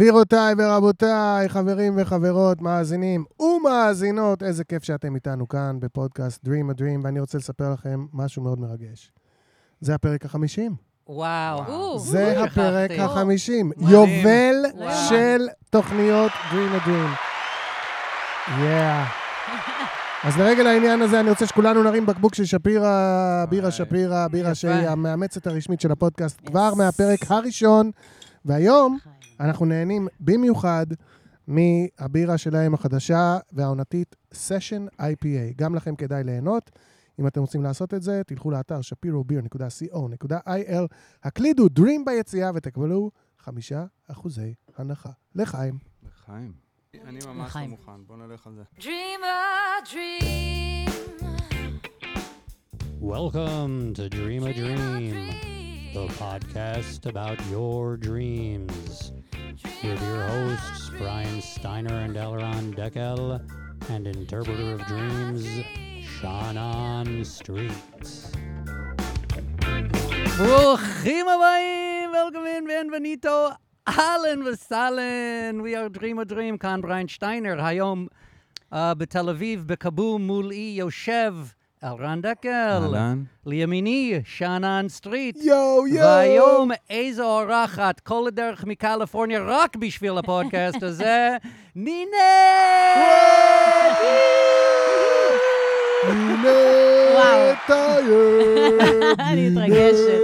גבירותיי ורבותיי, חברים וחברות, מאזינים ומאזינות, איזה כיף שאתם איתנו כאן בפודקאסט Dream a Dream, ואני רוצה לספר לכם משהו מאוד מרגש. זה הפרק החמישים. וואו. זה הפרק שכחתי. החמישים. מדהים. יובל לא יאומן. של תוכניות Dream a Dream. יאה. אז לרגל העניין הזה, אני רוצה שכולנו נרים בקבוק של שפירא, בירה וואי. שפירא, הבירה יפה. שהיא המאמצת הרשמית של הפודקאסט, Yes. כבר מהפרק הראשון. והיום אנחנו נהנים במיוחד מהבירה שלהם החדשה והעונתית Session IPA. גם לכם כדאי ליהנות. אם אתם רוצים לעשות את זה, תלכו לאתר shapiro.co.il, הקלידו Dream ביציאה ותקבלו חמישה אחוזי הנחה. לחיים. לחיים. אני ממש לא לחיים. מוכן, בוא נלך על זה. Dream a dream. Welcome to Dream a Dream, the podcast about your dreams. With your hosts, Brian Steiner and Elron Deckel, and interpreter of dreams, Shannon Streets. ברוכים הבאים, Welcome in, ביינבניטו, אהלן וסהלן, We are Dream a Dream, כאן בריין שטיינר, היום אה, בתל אביב, בכבום, מול אי, יושב אלרן דקל, אהלן. לימיני, שאנן סטריט, יואו, והיום איזו אורחת, כל הדרך מקליפורניה, רק בשביל הפודקאסט הזה, נינה! אני מתרגשת.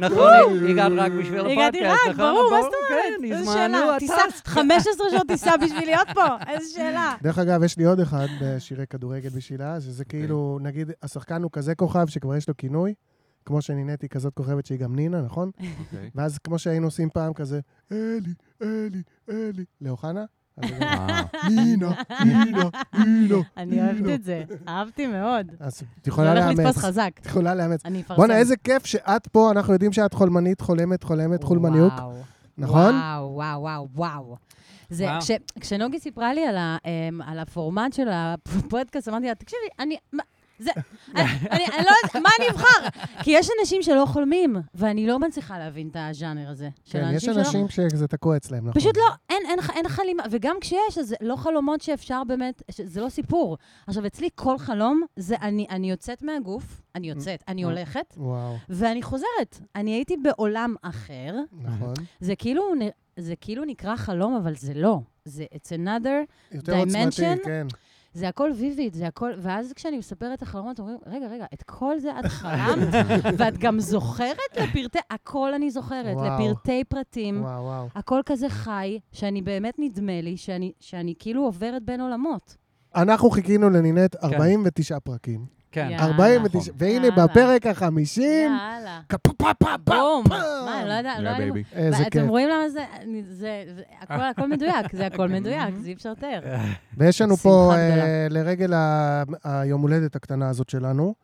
נכון, הגעת רק בשביל הפודקאסט, נכון? הגעתי רק, ברור, נכון? מה זאת כן, אומרת? איזה הזמנו, שאלה, אתה טיסה, 15 שעות טיסה בשביל להיות פה, איזה שאלה. דרך אגב, יש לי עוד אחד בשירי כדורגל בשבילה, שזה כאילו, נגיד, השחקן הוא כזה כוכב שכבר יש לו כינוי, כמו שניניתי כזאת כוכבת שהיא גם נינה, נכון? אוקיי. ואז כמו שהיינו עושים פעם כזה, אלי, אלי, אלי, לאוחנה? אז זה גם, אה, נינה, נינה, נינה. אני אוהבת את זה, אהבתי מאוד. אז את זה יכולה הולך לאמץ. לתפוס לא, חזק. את יכולה לאמץ. אני אפרסם. בואנה, איזה כיף שאת פה, אנחנו יודעים שאת חולמנית, חולמת, חולמת, חולמניוק, וואו. נכון? וואו, וואו, וואו, וואו. זה, וואו. כש, כשנוגי סיפרה לי על, ה, אמ, על הפורמט של הפודקאסט, אמרתי לה, תקשיבי, אני... מה, זה, אני, אני, אני לא יודעת, מה אני אבחר? כי יש אנשים שלא חולמים, ואני לא מצליחה להבין את הז'אנר הזה. של כן, יש האנשים שלא- אנשים שזה תקוע אצלם, נכון? פשוט לא, אין, אין, ח- אין חלימה, וגם כשיש, אז זה לא חלומות שאפשר באמת, ש- זה לא סיפור. עכשיו, אצלי כל חלום זה אני, אני יוצאת מהגוף, אני יוצאת, אני הולכת, וואו, ואני חוזרת. אני הייתי בעולם אחר, נכון. זה כאילו, נ- זה כאילו נקרא חלום, אבל זה לא. זה it's another, יותר Dimension? עוצמתי, כן. זה הכל ויביד, זה הכל... ואז כשאני מספרת את החלומות, אומרים, רגע, רגע, את כל זה את חלמת, ואת גם זוכרת לפרטי... הכל אני זוכרת, וואו. לפרטי פרטים. וואו, וואו. הכל כזה חי, שאני באמת נדמה לי שאני, שאני כאילו עוברת בין עולמות. אנחנו חיכינו לנינט 49 פרקים. כן. יאללה. 49, והנה יאללה. בפרק החמישים, יאללה. כפפפפפום. בום! מה, לא יודע, לא יא היה לי... בייבי. איזה אה, כיף. אתם רואים למה זה... אני- זה... זה- הכל הכל מדויק, זה הכל מדויק, זה אי אפשר לתאר. ויש לנו שמחה פה, גדולה. אה, לרגל ה- היום הולדת הקטנה הזאת שלנו,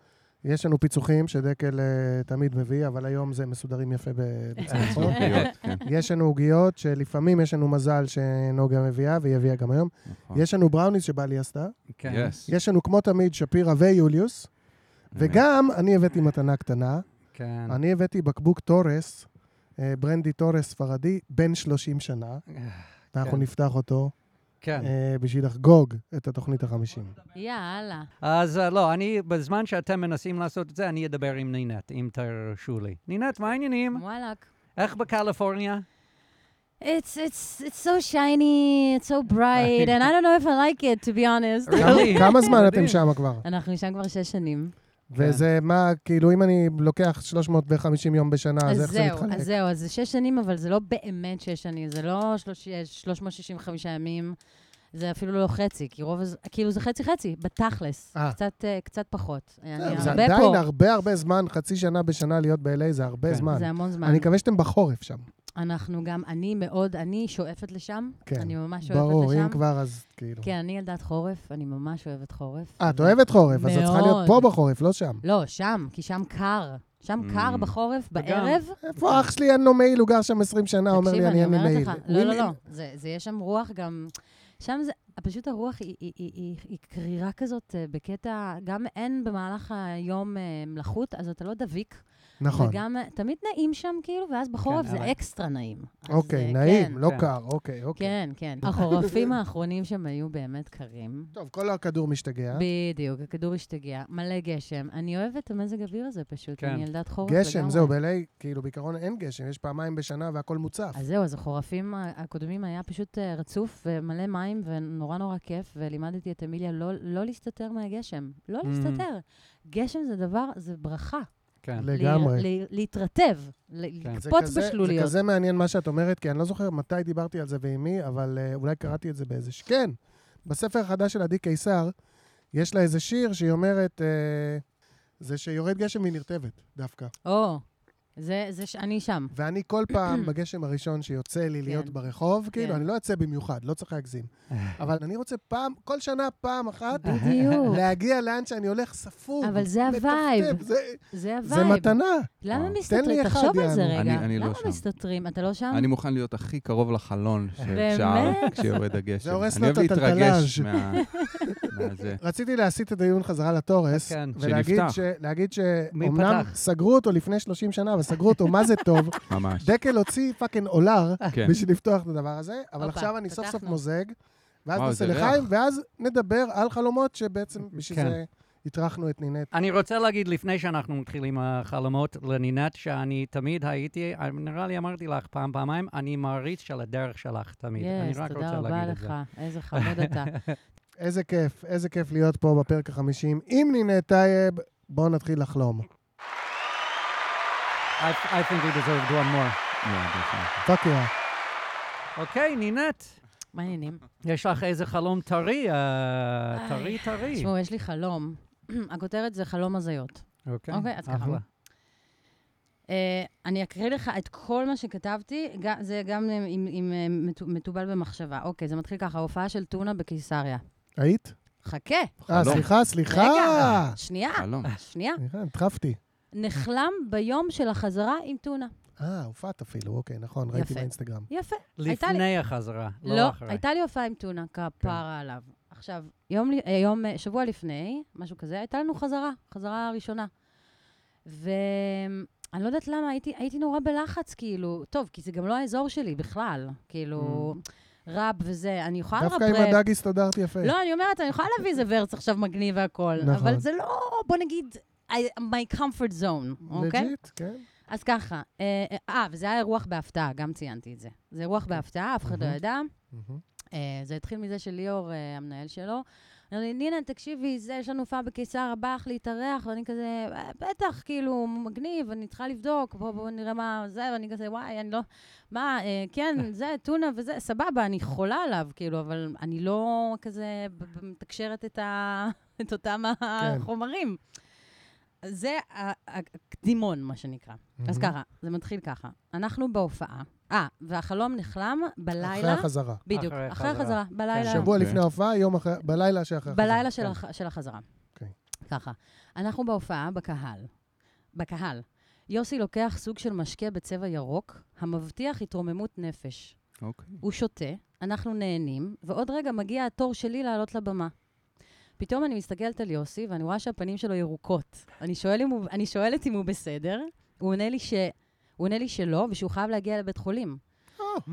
יש לנו פיצוחים שדקל אה, תמיד מביא, אבל היום זה מסודרים יפה בצלחות. אוקיי. עוגיות, כן, יש לנו עוגיות, שלפעמים יש לנו מזל שנוגה מביאה, והיא הביאה גם היום. נכון. יש לנו בראוניס שבעלי עשתה. כן. Yes. יש לנו כמו תמיד שפירא ויוליוס. וגם אני הבאתי מתנה קטנה. כן. אני הבאתי בקבוק תורס, אה, ברנדי תורס ספרדי, בן 30 שנה. ואנחנו כן. נפתח אותו כן. אה, בשביל לחגוג את התוכנית החמישים. יאללה. אז אה, לא, אני, בזמן שאתם מנסים לעשות את זה, אני אדבר עם נינת, אם תרשו לי. נינת, מה העניינים? וואלאק. איך בקליפורניה? It's, it's, it's so shiny, it's so bright, and I don't know if I like it, to be honest. Really? כמה זמן אתם מדהים. שם כבר? אנחנו שם כבר שש שנים. וזה מה, כאילו, אם אני לוקח 350 יום בשנה, אז אה, אז איך זה זהו, אז מתחלק? זהו, אז זה שש שנים, אבל זה לא באמת שש שנים, זה לא שלוש- 365 ימים, זה אפילו לא חצי, כי רוב, הז- כאילו זה חצי-חצי, בתכלס, אה. קצת, אה, קצת פחות. אני כן, זה הרבה עדיין פה, הרבה הרבה זמן, חצי שנה בשנה להיות ב-LA זה הרבה כן. זמן. זה המון זמן. אני מקווה שאתם בחורף שם. אנחנו גם, אני מאוד, אני שואפת לשם, כן, אני ממש שואפת ברור, אם לשם. כבר, אז כאילו. כן, אני ילדת חורף, אני ממש אוהבת חורף. אה, את אוהבת חורף, אז את צריכה להיות פה מאוד. בחורף, לא שם. לא, שם, כי שם קר. שם קר Mm. בחורף, וגם- בערב. איפה אח שלי אין לו מעיל, הוא גר שם 20 שנה, אומר תקשיב, לי, אני אני אין לי אומרת מעיל. לך, הוא לא, לא, עם- לא, זה, זה יש שם רוח גם, שם זה, פשוט הרוח היא, היא, היא, היא, היא קרירה כזאת אה, בקטע, גם אין במהלך היום אה, מלחות, אז אתה לא דביק, נכון. וגם אה, תמיד נעים שם, כאילו, ואז בחורף כן, זה אבל- אקסטרה נעים. אז, אוקיי, אה, נעים, כן, לא כן. קר, אוקיי, אוקיי. כן, כן. החורפים האחרונים שם היו באמת קרים. טוב, כל הכדור משתגע. בדיוק, הכדור השתגע, מלא גשם. אני אוהבת את המזג אוויר הזה פשוט, כן. אני ילדת חורף לגמרי. גשם, זהו, ב-LA, כאילו, בעיקרון אין גשם, יש פעמיים בשנה והכל מוצף. אז זהו, אז החורפים ה- הקודמים היה פשוט אה, רצוף ומלא מים ונורא נורא כיף, ולימדתי את אמיליה לא, לא להסתתר מהגשם. לא Mm. להסתתר. גשם זה דבר, זה ברכה. כן. ל- לגמרי. ל- להתרטב, ל- כן. זה לקפוץ כזה- בשלוליות. זה כזה מעניין מה שאת אומרת, כי אני לא זוכר מתי דיברתי על זה ועם מי, אבל אה, אולי קראתי את זה באיזה... ש- כן, בספר החדש של עדי קיסר, יש לה איזה שיר שהיא אומרת, אה, זה שיורד גשם היא נרטבת, דווקא. או, זה, זה ש... אני שם. ואני כל פעם, בגשם הראשון שיוצא לי להיות כן. ברחוב, כאילו, כן. אני לא יוצא במיוחד, לא צריך להגזים. אבל אני רוצה פעם, כל שנה פעם אחת, בדיוק. להגיע לאן שאני הולך ספוג. אבל זה מטפטף, הווייב. זה- זה הווייב. זה מתנה. אה. למה וואו. תן לי מסתתרים? אחד, תחשוב על זה יענו. רגע. אני- אני לא למה שם. מסתתרים? אתה לא שם? אני מוכן להיות הכי קרוב לחלון שאפשר באמת? כשיורד הגשם. זה הורס אני לו אוהב את להתרגש הטלטלאז'. מה- מהזה. רציתי להסיט את הדיון חזרה לתורס, כן, ולהגיד שנפתח. ש- להגיד מי שאומנם פתח? סגרו אותו לפני 30 שנה, וסגרו אותו, מה זה טוב? ממש. דקל הוציא פאקינג אולר כן. בשביל לפתוח את הדבר הזה, אבל הופה, עכשיו אני סוף סוף פתחנו. מוזג, ואז וואו, נעשה זה לחיים, ואז נדבר על חלומות שבעצם בשביל כן. זה הטרחנו את נינת. אני רוצה להגיד לפני שאנחנו מתחילים החלומות לנינת, שאני תמיד הייתי, אה, נראה לי אמרתי לך פעם, פעמיים, אני מעריץ של הדרך שלך תמיד. אני יס, רק תודה רוצה רבה להגיד את לך. זה. איזה חמוד אתה. איזה כיף, איזה כיף להיות פה בפרק החמישים עם נינת טייב. בואו נתחיל לחלום. I, I think we deserved one more. פאק יא. אוקיי, נינת, מה העניינים? יש לך איזה חלום טרי, אה, טרי טרי. תשמעו, יש לי חלום. הכותרת זה חלום הזיות. אוקיי, אז ככה. אחלה. אה, אני אקריא לך את כל מה שכתבתי, ג- זה גם אה, עם- עם אה, מטו- מתובל במחשבה. אוקיי, זה מתחיל ככה, הופעה של טונה בקיסריה. היית? חכה, אה, חלום. סליחה, סליחה. רגע, שנייה, חלום. שנייה. סליחה, נדחפתי. נחלם ביום של החזרה עם טונה. אה, הופעת אפילו, אוקיי, נכון, ראיתי יפה. באינסטגרם. יפה. הייתה לי- לפני החזרה, לא לא, אחרי. הייתה לי הופעה עם טונה, כן. כפרה עליו. עכשיו, יום, ל- אה, יום, אה, שבוע לפני, משהו כזה, הייתה לנו חזרה, חזרה ראשונה. ואני לא יודעת למה, הייתי, הייתי נורא בלחץ, כאילו, טוב, כי זה גם לא האזור שלי בכלל, כאילו, ראפ וזה, אני יכולה לרפרף. Mm. דווקא עם הדג הסתדרת יפה. לא, אני אומרת, אני יכולה להביא איזה ורץ עכשיו מגניב והכול, נכון. אבל זה לא, בוא נגיד, I- my comfort zone, אוקיי? לג'יט, כן. אז ככה, אה, אה, וזה היה אירוח בהפתעה, גם ציינתי את זה. זה אירוח בהפתעה, אף אחד לא מהמם. ידע. מהמם. אה, זה התחיל מזה שליאור, אה, המנהל שלו, אמר לי, נינה, תקשיבי, זה, יש לנו הופעה בקיסר, בא לך להתארח, ואני כזה, "אה, בטח, כאילו, מגניב, אני צריכה לבדוק, בואו בוא נראה מה זה, ואני כזה, וואי, אני לא... מה, אה, כן, זה, טונה וזה, סבבה, אני חולה עליו, כאילו, אבל אני לא כזה ב- ב- מתקשרת את, ה... את אותם כן. החומרים. זה ה- הקדימון, מה שנקרא. אז מהמם. ככה, זה מתחיל ככה. אנחנו בהופעה. אה, והחלום נחלם בלילה. אחרי החזרה. בדיוק, אחרי אחרי החזרה. כן. החזרה, בלילה, שבוע אוקיי. לפני ההופעה, יום אחרי, בלילה שאחרי החזרה. כן. בלילה של, הח... של החזרה. אוקיי. ככה, אנחנו בהופעה בקהל, בקהל. יוסי לוקח סוג של משקה בצבע ירוק, המבטיח התרוממות נפש. אוקיי. הוא שותה, אנחנו נהנים, ועוד רגע מגיע התור שלי לעלות לבמה. פתאום אני מסתכלת על יוסי, ואני רואה שהפנים שלו ירוקות. אני, שואל אם הוא, אני שואלת אם הוא בסדר, הוא עונה לי, ש... הוא עונה לי שלא, ושהוא חייב להגיע לבית חולים.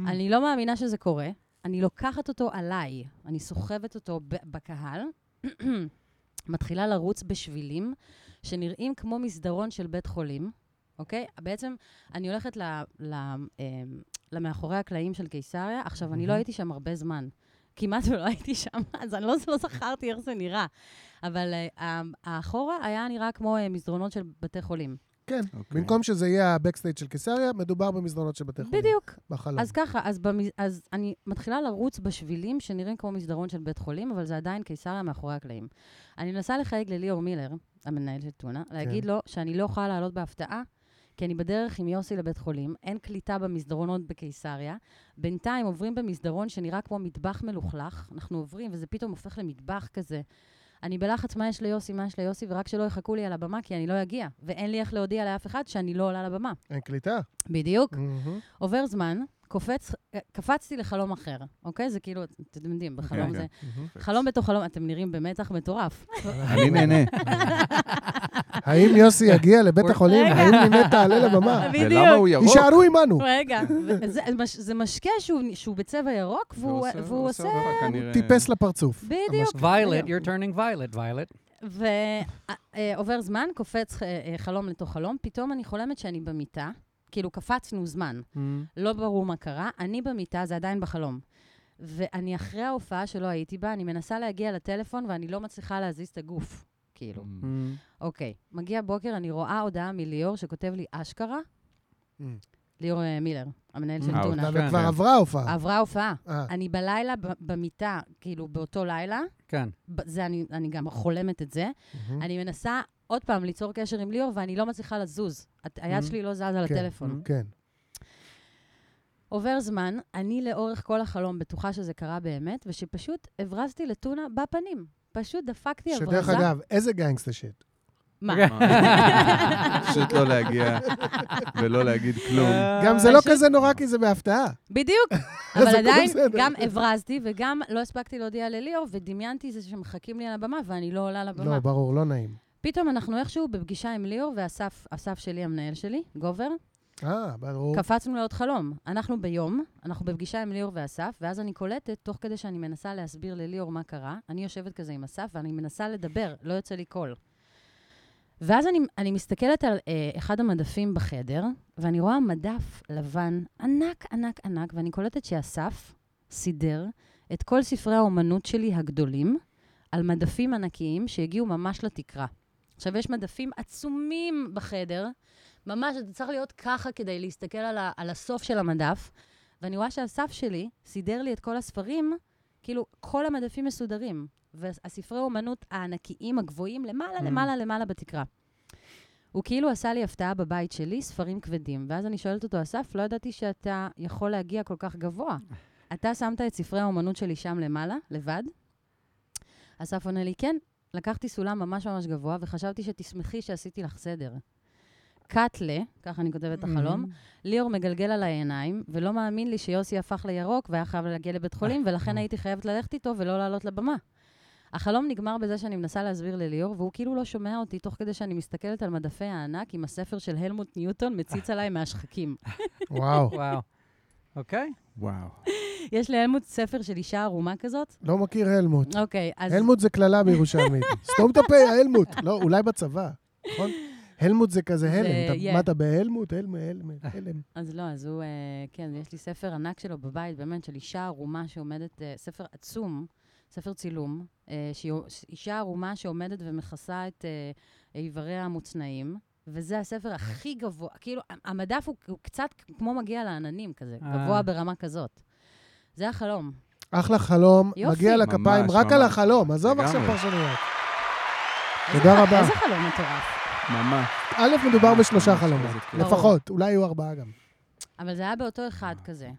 אני לא מאמינה שזה קורה. אני לוקחת אותו עליי, אני סוחבת אותו ב- בקהל, מתחילה לרוץ בשבילים שנראים כמו מסדרון של בית חולים, אוקיי? בעצם אני הולכת ל, ל, אמ, למאחורי הקלעים של קיסריה. עכשיו, אני לא הייתי שם הרבה זמן. כמעט ולא הייתי שם, אז אני לא, לא זכרתי איך זה נראה. אבל uh, האחורה היה נראה כמו אה, מסדרונות של בתי חולים. כן. אוקיי. במקום שזה יהיה הבקסטייג' של קיסריה, מדובר במסדרונות של בתי חולים. בדיוק. בחלום. אז ככה, אז, במ... אז אני מתחילה לרוץ בשבילים שנראים כמו מסדרון של בית חולים, אבל זה עדיין קיסריה מאחורי הקלעים. אני מנסה לחייג לליאור מילר, המנהל של טונה, להגיד לו שאני לא יכולה לעלות בהפתעה, כי אני בדרך עם יוסי לבית חולים, אין קליטה במסדרונות בקיסריה. בינתיים עוברים במסדרון שנראה כמו מטבח מלוכלך, אנחנו עוברים וזה פתאום הופך למטבח כזה. אני בלחץ מה יש ליוסי, מה יש ליוסי, ורק שלא יחכו לי על הבמה, כי אני לא אגיע. ואין לי איך להודיע לאף אחד שאני לא עולה לבמה. אין קליטה. Mhm, בדיוק. מהמם. עובר זמן, קופץ, קפצתי לחלום אחר, אוקיי? זה כאילו, אתם יודעים, בחלום כן. זה... מהמם. חלום בתוך חלום, אתם נראים במתח מטורף. אני נהנה. האם יוסי יגיע לבית החולים? רגע. האם נינת תעלה לבמה? בדיוק. אה, ולמה הוא ירוק? יישארו עמנו. רגע, וזה- מש- זה משקה שהוא- שהוא בצבע ירוק, והוא והוא עושה... אותך כנראה- טיפס לפרצוף. בדיוק. Violet, בדיוק. you're turning violet, Violet. ועובר אה, זמן, קופץ אה, אה, חלום לתוך חלום, פתאום אני חולמת שאני במיטה. כאילו, קפצנו זמן. לא ברור מה קרה, אני במיטה, זה עדיין בחלום. ואני אחרי ההופעה שלא הייתי בה, אני מנסה להגיע לטלפון ואני לא מצליחה להזיז את הגוף. לא, כאילו. אוקיי, מגיע בוקר, אני רואה הודעה מליאור שכותב לי אשכרה, Mm. ליאור אה, מילר, המנהל של אה, טונה. אוקיי. Mhm. אבל כבר עברה הופעה. עברה הופעה. אה, אני בלילה ב- במיטה, כאילו באותו לילה, כן. ב- זה אני, אני גם חולמת את זה. מהמם. אני מנסה עוד פעם ליצור קשר עם ליאור, ואני לא מצליחה לזוז. הת- היד Mhm. שלי לא זזה לטלפון. Mm. כן. עובר זמן, אני לאורך כל החלום בטוחה שזה קרה באמת, ושפשוט הברזתי לטונה בפנים. פשוט דפקתי הברזה. שדרך אגב, איזה גנגסטה שיט. מה? כן. פשוט לא להגיע ולא להגיד כלום. גם זה לא פשוט- כזה נורא כי זה בהפתעה. בדיוק. זה אבל כבר עדיין, בסדר. גם הברזתי וגם לא הספקתי להודיע לליאור, ודמיינתי זה שמחכים לי על הבמה ואני לא עולה לבמה. לא, ברור, לא נעים. פתאום אנחנו איכשהו בפגישה עם ליאור ואסף, אסף שלי, המנהל שלי, גובר, אה, ברור. קפצנו לעוד חלום. אנחנו ביום, אנחנו בפגישה עם ליאור ואסף, ואז אני קולטת, תוך כדי שאני מנסה להסביר לליאור מה קרה, אני יושבת כזה עם אסף ואני מנסה לדבר, לא יוצא לי קול. ואז אני, אני מסתכלת על אה, אחד המדפים בחדר, ואני רואה מדף לבן ענק, ענק, ענק, ואני קולטת שאסף סידר את כל ספרי האומנות שלי הגדולים על מדפים ענקיים שהגיעו ממש לתקרה. עכשיו, יש מדפים עצומים בחדר, ממש, אתה צריך להיות ככה כדי להסתכל על, ה, על הסוף של המדף, ואני רואה שהסף שלי סידר לי את כל הספרים, כאילו, כל המדפים מסודרים, והספרי אומנות הענקיים הגבוהים למעלה, Mm. למעלה, למעלה בתקרה. הוא כאילו עשה לי הפתעה בבית שלי, ספרים כבדים. ואז אני שואלת אותו, אסף, לא ידעתי שאתה יכול להגיע כל כך גבוה. אתה שמת את ספרי האומנות שלי שם למעלה, לבד? אסף עונה לי, כן, לקחתי סולם ממש ממש גבוה, וחשבתי שתשמחי שעשיתי לך סדר. קאטלה, ככה אני כותבת את החלום, ליאור מגלגל עליי עיניים, ולא מאמין לי שיוסי הפך לירוק והיה חייב להגיע לבית חולים, ולכן הייתי חייבת ללכת איתו ולא לעלות לבמה. החלום נגמר בזה שאני מנסה להסביר לליאור, והוא כאילו לא שומע אותי, תוך כדי שאני מסתכלת על מדפי הענק עם הספר של הלמוט ניוטון מציץ עליי מהשחקים. וואו, וואו. אוקיי? וואו. יש להלמוט ספר של אישה ערומה כזאת? לא מכיר הלמוט. אוקיי, אז... הלמוט זה קללה בירושלמית. סתום את הפה, הלמוט. לא, אולי בצבא, נכון? הלמוט זה כזה זה- הלם. אתה- yeah. מה אתה בהלמוט? הלם, הלם, הלם. אז לא, אז הוא, אה, כן, יש לי ספר ענק שלו בבית, באמת, של אישה ערומה שעומדת, אה, ספר עצום, ספר צילום, אה, שהיא- אישה ערומה שעומדת ומכסה את אה, איבריה המוצנעים, וזה הספר הכי גבוה, כאילו, ה- המדף הוא, הוא קצת כמו מגיע לעננים כזה, אה. גבוה ברמה כזאת. זה החלום. אחלה חלום, יופי. מגיע לה כפיים ממש, רק על ממש. החלום. עזוב עכשיו לגמרי. פרשנויות. תודה רבה. איזה חלום מטורף. ממש. א', מדובר בשלושה חלומות, ברור. לפחות, אולי יהיו ארבעה גם. אבל זה היה באותו אחד כזה,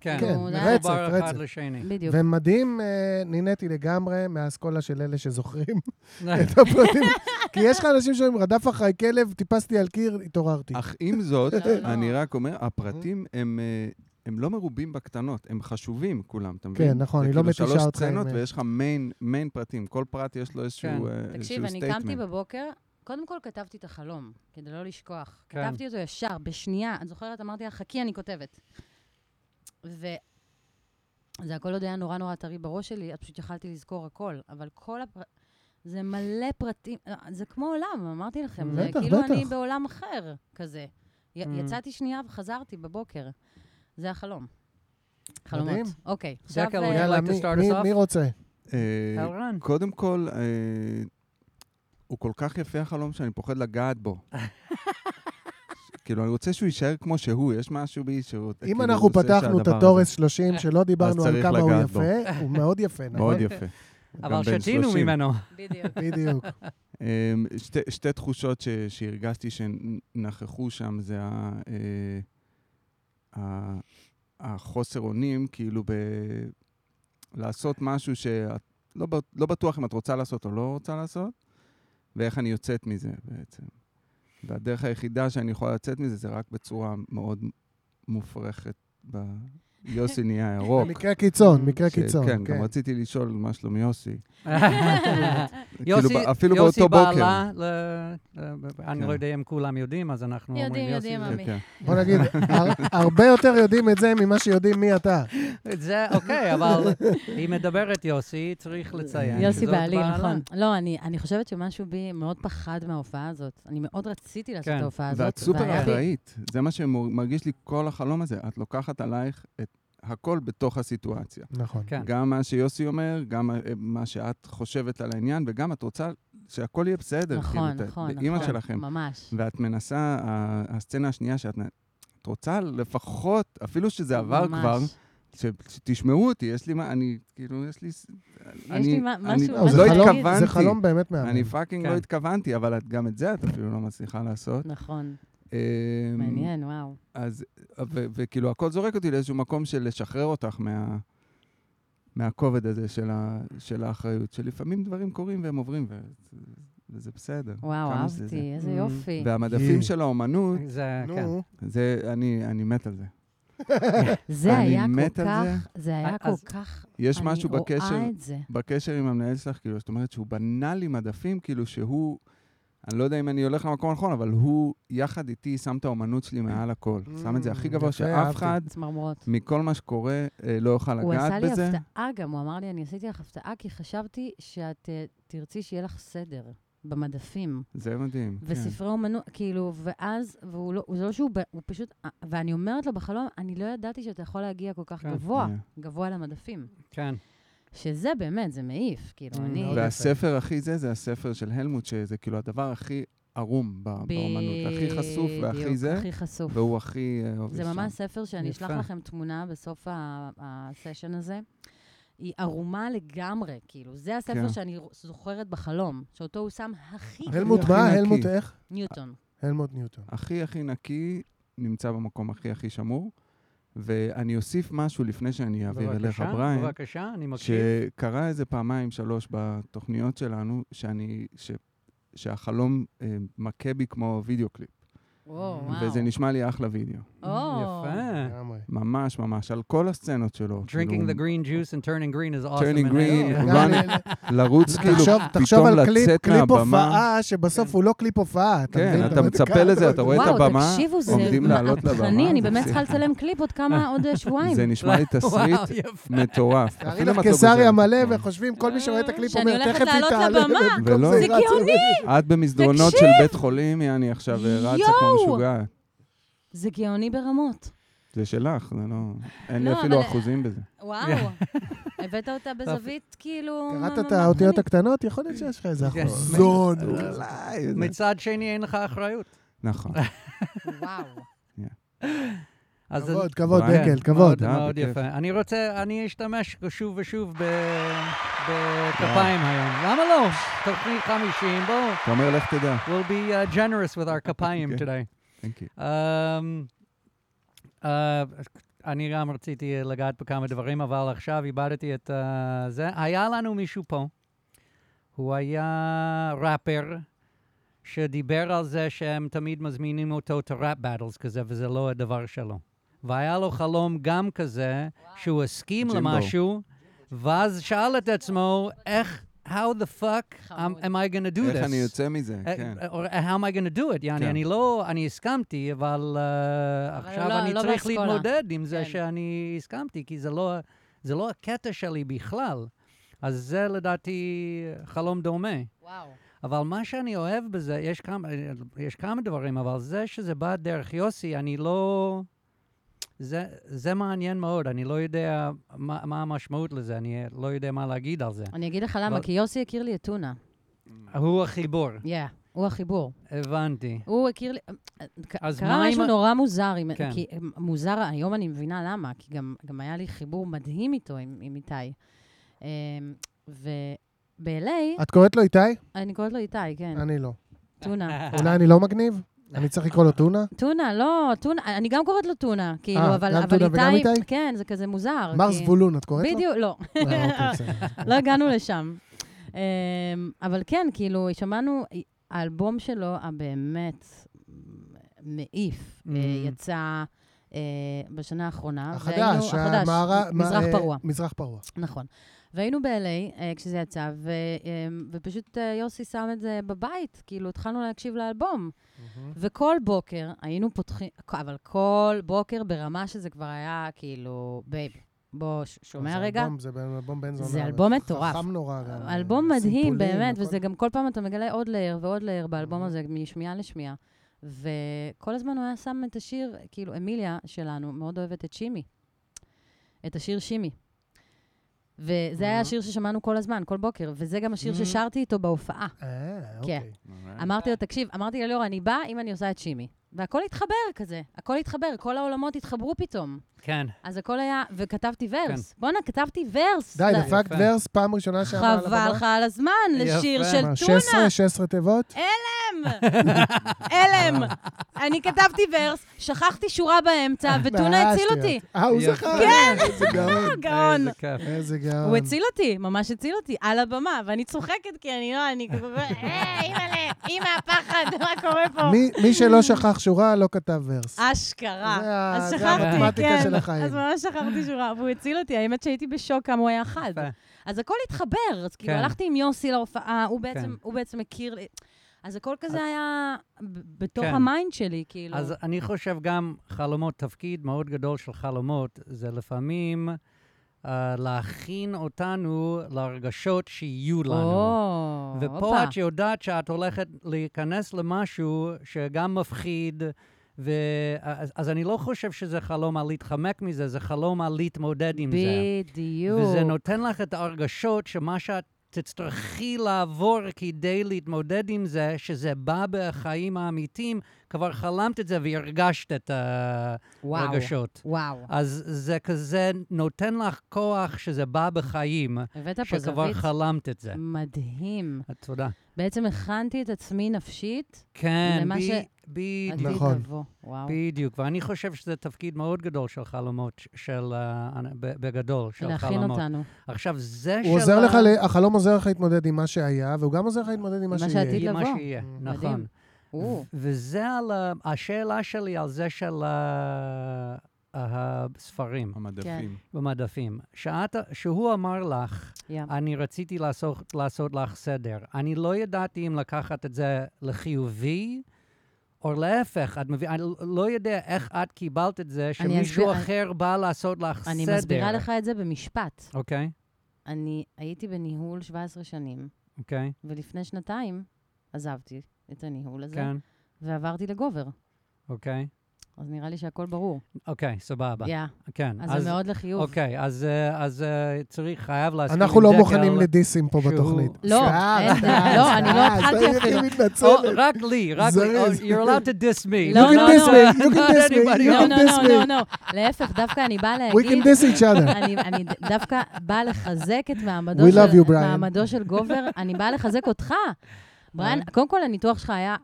כן. כן, נו, די. רצף, מחובר אחד רצף. לשני. בדיוק. ומדהים, אה, נהניתי לגמרי מהאסכולה של אלה שזוכרים את הפרטים. כי יש לך אנשים שאומרים, רדף אחרי כלב, טיפסתי על קיר, התעוררתי. אך עם זאת, לא, לא. אני רק אומר, הפרטים הם... אה, הם לא מרובים בקטנות, הם חשובים כולם, אתה מבין? כן, נכון, זה היא לא כאילו מתישה שלוש אותך סצנות עם- ויש לך מיין, מיין פרטים. כל פרט יש לו איזשהו כן. סטייטמנט. תקשיב, אני קמתי בבוקר, קודם כל כתבתי את החלום, כדי לא לשכוח. כן. כתבתי אותו ישר, בשנייה. את זוכרת? אמרתי לה, חכי, אני כותבת. וזה הכל עוד היה נורא נורא טרי בראש שלי, אז פשוט יכלתי לזכור הכל. אבל כל הפר... זה מלא פרטים, אה, זה כמו עולם, אמרתי לכם. זה בטח, כאילו בטח. אני בעולם אחר, כזה. י- Mm. יצאתי שנייה וחזרתי בבוקר. זה החלום. חלומות. מדהים. אוקיי. דקל, עכשיו... would אה, you יאללה, like to מי- start us מי- off? מי רוצה? אה, טלרן. קודם כל, אה, הוא כל כך יפה החלום שאני פוחד לגעת בו. כאילו, אני רוצה שהוא יישאר כמו שהוא, יש משהו בי שהוא... אם כאילו, אנחנו עושה פתחנו את שהדבר התורס הזה- 30, שלא דיברנו על צריך כמה הוא לגעת בו. יפה, הוא מאוד יפה, נכון? מאוד יפה. אבל גם בן שתינו 30. ממנו. בדיוק. בדיוק. אמ, שתי, שתי תחושות ש, שהרגשתי שנכחו שם, זה ה, אה, ה, החוסר אונים, כאילו ב... לעשות משהו שאת לא, בט- לא בטוח אם את רוצה לעשות או לא רוצה לעשות, ואיך אני יוצאת מזה בעצם. והדרך היחידה שאני יכול לצאת מזה זה רק בצורה מאוד מופרכת. ב... יוסי נהיה ירוק. מקרה קיצון, מקרה ש- קיצון, כן, כן. לא גם רציתי לשאול מה שלום יוסי. כאילו, יוסי- ב- אפילו באותו יוסי בוקר. בעלה, ל- ל- אני כן. לא יודע אם כולם יודעים, אז אנחנו אומרים יודעים, יוסי. יודעים, זה- עמי. כן. בוא נגיד, הר- הרבה יותר יודעים את זה ממה שיודעים מי אתה. את זה, אוקיי, אבל היא מדברת יוסי, צריך כן, לציין. יוסי שזאת בעלי, בעלה. נכון. לא, אני, אני חושבת שמשהו בי מאוד פחד מההופעה הזאת. אני מאוד רציתי לעשות כן, את ההופעה הזאת. ואת סופר והיה לי- אחראית. זה מה שמרגיש לי כל החלום הזה. את לוקחת עלייך את הכל בתוך הסיטואציה. נכון. כן. גם מה שיוסי אומר, גם מה- מה שאת חושבת על העניין, וגם את רוצה שהכל יהיה בסדר. נכון, כאילו, את- נכון, נכון. באימא שלכם. ממש. ואת מנסה, ה- הסצנה השנייה שאת... נ- את רוצה לפחות, אפילו שזה עבר ממש. כבר, ש, שתשמעו אותי, יש לי מה, אני, כאילו, יש לי... ס- אני, לי מה- אני, משהו- לא, זה לא משהו להגיד. חלום- התכוונתי. זה חלום באמת מהמם. אני פאקינג כן. לא התכוונתי, אבל את, גם את זה את אפילו לא מצליחה לעשות. נכון, אמ, מעניין, וואו. אז, ו- וכאילו, הכל זורק אותי לאיזשהו מקום של לשחרר אותך מה, מהכובד הזה של, ה, של האחריות, שלפעמים דברים קורים והם עוברים, ו, וזה בסדר. וואו, כמה שזה זה. אמ, אהבתי, איזה Mm. יופי. והמדפים יי. של האומנות, זה, כן. נו, זה, אני, אני מת על זה. זה אני היה כל מת על כך, זה היה כל אז- כך, יש אני משהו בקשר, רואה את זה. בקשר עם המנהל שלך, כאילו, זאת אומרת שהוא בנה לי מדפים, כאילו שהוא, אני לא יודע אם אני הולך למקום הנכון, אבל הוא, יחד איתי, שם את האומנות שלי מעל הכל. שם את זה הכי גבוה Mm, יפה, שאף אהבתי. אחד צמרמורות. מכל מה שקורה אה, לא יוכל הוא עשה לגעת לי בזה. הפתעה גם, הוא אמר לי, אני עשיתי לך הפתעה כי חשבתי שאת אה, תרצי שיהיה לך סדר במדפים. זה מדהים. כן. וספרי אומנות, כאילו, ואז, והוא לא, זה לא שהוא, ב- הוא פשוט, ואני אומרת לו בחלום, אני לא ידעתי שאתה יכול להגיע כל כך כן, גבוה, כן. גבוה למדפים. כן. שזה באמת, זה מעיף, כאילו, Mm, אני... מאוד יפה. והספר הכי זה, זה הספר של הלמוט, שזה כאילו הדבר הכי ערום ב- באומנות, הכי חשוף והכי בדיוק, זה, הכי חשוף. והוא הכי אה, אוהב זה לשם. ממש ספר שאני אשלח יפה. לכם תמונה בסוף ה- הסשן הזה. היא ערומה לגמרי, כאילו. זה הספר כן. שאני זוכרת בחלום, שאותו הוא שם הכי הלמוט הכי מה? נקי. הלמוט איך? ניוטון. הלמוט ניוטון. הכי הכי נקי נמצא במקום הכי הכי שמור, ואני אוסיף משהו לפני שאני אעביר אליך, בבקשה, בריין. בבקשה, אני מקשיב. שקרה איזה פעמיים, שלוש בתוכניות שלנו, שאני, ש, שהחלום אה, מכה בי כמו וידאו קליפ. וואו, וואו. וזה נשמע לי אחלה וידאו. או. יפה. לגמרי. ממש ממש, על כל הסצנות שלו. Drinking the כאילו, green juice and turning green is awesome. Turning and- green, גם run- ל- לרוץ כאילו, תחשוב- תחשוב פתאום על קליפ- לצאת קליפ מהבמה. הופעה, שבסוף הוא לא קליפ הופעה. אתה מבין? כן, אתה אומר, מצפה "כמה לזה, אתה אתה רואה את וואו, הבמה, תקשיבו, זה עומדים לעלות לבמה, מהפכני, אני זה באמת צריכה פסיכי. לצלם קליפ עוד כמה, עוד אה, שבועיים. זה נשמע לי וואו, תסריט יפה. מטורף. תארי אפילו לך אם את לא קיסריה גוזרת מלא, את הכל. וחושבים, כל מי שרואה את הקליפ שאני אומר, הולכת תכף היא לעלות תעלה. לבמה. במקום ולא. זה זה רצה גאוני! את במסדרונות של בית חולים, יעני עכשיו אה, רצה כמו יואו! משוגעת. זה גאוני ברמות. זה שלך, זה לא... אין לי לא, אפילו אבל- אחוזים בזה. וואו, כן. הבאת אותה בזווית כאילו... קראת את מה- האותיות מהפכנית. הקטנות? יכול להיות שיש לך איזה Yes. אחוזון. אולי, זה- מצד שני, אין לך אחריות. נכון. וואו. אז כן, כבוד, כבוד, בריין, דגל, מאוד, כבוד. אה, מאוד בכיף. יפה. אני רוצה, אני אשתמש שוב ושוב אה. ב- בכפיים היום. למה לא? תוכנית 50, בואו. אתה אומר, לך תדע. We'll be uh, generous with our כפיים Okay. today. Thank you. Um, uh, אני גם רציתי לגעת בכמה דברים, אבל עכשיו איבדתי את uh, זה. היה לנו מישהו פה, הוא היה ראפר, שדיבר על זה שהם תמיד מזמינים אותו את הראפ באטלס כזה, וזה לא הדבר שלו. והיה לו חלום גם כזה, שהוא הסכים ג'ימבו. למשהו, ואז שאל את עצמו, איך, how the fuck am, חמוד. am I gonna do this? איך אני יוצא מזה? אה, כן. or how am I going to do it? יעני, כן. אני לא, אני הסכמתי, אבל אה, אבל עכשיו לא- אני לא צריך באסכולה. להתמודד עם זה כן. שאני הסכמתי, כי זה לא- זה לא הקטע שלי בכלל. אז זה לדעתי חלום דומה. וואו. אבל מה שאני אוהב בזה, יש כמה, אה, יש כמה דברים, אבל זה שזה בא דרך יוסי, אני לא... זה, זה מעניין מאוד, אני לא יודע מה, מה המשמעות לזה, אני לא יודע מה להגיד על זה. אני אגיד לך למה, אבל- כי יוסי הכיר לי את טונה. אה. הוא החיבור, יא, הוא החיבור. הבנתי. הוא הכיר לי... ק- אז מה קרה עם משהו ה- נורא מוזר, עם- כן. כי אמ, מוזר, היום אני מבינה למה, כי גם גם היה לי חיבור מדהים איתו, עם עם איתי. אמ, וב-LA, את קוראת לו איתי? אני קוראת לו איתי, כן, אני לא. טונה. אה. אולי אני לא מגניב? אני צריך לקרוא לו טונה? טונה, לא, טונה, אני גם קוראת לו טונה, אה, כאילו, אבל גם אבל טונה וגם איתי? כן, זה כזה מוזר. מר כי- זבולון, את קוראת לו? בדיוק, לא. אה, אוקיי, בסדר. לא הגענו לשם. אמ, אבל כן, כאילו, שמענו, האלבום שלו הבאמת מעיף, אה, Mm. יצא אה, בשנה האחרונה. החדש, והיינו- החדש, המערה- מה- מזרח אה, פרוע. מזרח פרוע. נכון. והיינו ב-LA אה, כשזה יצא, ו, אה, ופשוט אה, יוסי שם את זה בבית, כאילו התחלנו להקשיב לאלבום. וכל בוקר היינו פותחים, אבל כל בוקר ברמה שזה כבר היה כאילו, בייב, בוא, ש- שומע כן, זה רגע? אלבום, זה אלבום בן זונה. זה אלבום מטורף. חכם נורא גם. אלבום מדהים, סימפולים באמת, והכל. וזה גם כל פעם אתה מגלה עוד לייר ועוד לייר באלבום Mhm. הזה, משמיעה לשמיעה. וכל הזמן הוא היה שם את השיר, כאילו, אמיליה שלנו מאוד אוהבת את שימי. את השיר שימי. וזה היה Mhm. השיר ששמענו כל הזמן, כל בוקר, וזה גם השיר Mhm. ששרתי איתו בהופעה. אה, כן. אוקיי. אמרתי לו, תקשיב, אמרתי לליאור, אני באה אם אני עושה את שימי. והכל התחבר כזה, הכל התחבר, כל העולמות התחברו פתאום. כן. אז הכל היה, וכתבתי ורס. בואנה, כתבתי ורס. כן. די, זה- דפקת יפה. ורס פעם ראשונה שעלה על הבמה. חבל לך על הזמן, לשיר יפה. של מה, טונה. 16, 16 תיבות? הלם. אני כתבתי ורס, שכחתי שורה באמצע, וטונה הציל מהשטויות. אותי. אה, הוא יפה. זכר. כן. איזה גאון. גאון. איזה כיף. איזה גאון. הוא הציל אותי, ממש הציל אותי, על הבמה, ואני צוחקת כי אני לא, אני כאילו, אה, אימא'לה, אימא הפחד, מה קורה פה? מי- מי שלא שכח שורה לא כתב ורס. אה, אשכרה. זה ה- אז זה שכחתי, המתמטיקה כן. של החיים. אז ממש שכחתי שורה, והוא הציל אותי. האמת שהייתי בשוק כמה הוא היה חד. יפה. אז הכל התחבר. אז כאילו, כן. הלכתי עם יוסי להופעה, הוא בעצם- כן. הוא בעצם הכיר... לי- אז הכל כזה היה ב- בתוך כן. המיינד שלי, כאילו. אז אני חושב גם חלומות, תפקיד מאוד גדול של חלומות, זה לפעמים אה, להכין אותנו להרגשות שיהיו לנו. או, לא, ופה הופה. את יודעת שאת הולכת להיכנס למשהו שגם מפחיד, ואז אז אני לא חושב שזה חלום על להתחמק מזה, זה חלום על להתמודד עם זה. בדיוק. וזה נותן לך את ההרגשות שמה שאת תצטרכי לעבור כדי להתמודד עם זה, שזה בא בחיים האמיתיים, כבר חלמת את זה והרגשת את וואו, הרגשות. וואו. אז זה כזה נותן לך כוח שזה בא בחיים, הבאת פה שכבר זווית חלמת את זה. מדהים. תודה. בעצם הכנתי את עצמי נפשית כן, למה ב- ש- בדיוק. עתיד נכון. לבוא. וואו. בדיוק, ואני חושב שזה תפקיד מאוד גדול של חלומות, ש- של, אה, אנ- ב- בגדול, של להכין חלומות. אותנו. עכשיו, זה של... הוא עוזר ה- לך, ל- החלום עוזר לך להתמודד עם מה שהיה, והוא גם עוזר לך להתמודד עם מה מה שיהיה. שעתיד יהיה מה לבוא. שיהיה, מדהים. נכון. או, וזה על ה... השאלה שלי על זה של ה- הספרים כן. המדפים. במדפים. שאת, שהוא אמר לך, יא. אני רציתי לעשות, לעשות לך סדר. אני לא ידעתי אם לקחת את זה לחיובי, או להפך, את מבינה, אני לא יודע איך את קיבלת את זה שמישהו אסביר- אני- אחר בא לעשות לך אני סדר. מסבירה לך את זה במשפט. אוקיי, אני הייתי בניהול 17 שנים, אוקיי, ולפני שנתיים עזבתי את הניהול הזה, כן, ועברתי לגובר. אוקיי. אז נראה לי שהכל ברור. אוקיי, סבבה. יא, כן. אז זה מאוד לחיוב. אוקיי, אז, אה, אז אה, צריך, חייב להסכים עם אנחנו לא דקל. מוכנים לדיסים פה כאילו שהוא- בתוכנית. לא, סער, אין, די, לא, אני לא סער, התחלתי סער, אפילו. היא או, מתנצלת. רק לי, רק לי. זה- Oh, You're allowed to diss me. You לא, can לא, diss לא. me, you can Not diss me, anybody you לא, can לא, diss לא, me. לא, להפך, דווקא אני באה We can להגיד... diss each other. אני, אני ד- דווקא באה לחזק את מעמדו, We love של, you, Brian. מעמדו של גובר, אני באה לחזק אותך. בריאן, אוקיי. קודם כל הניתוח שלך היה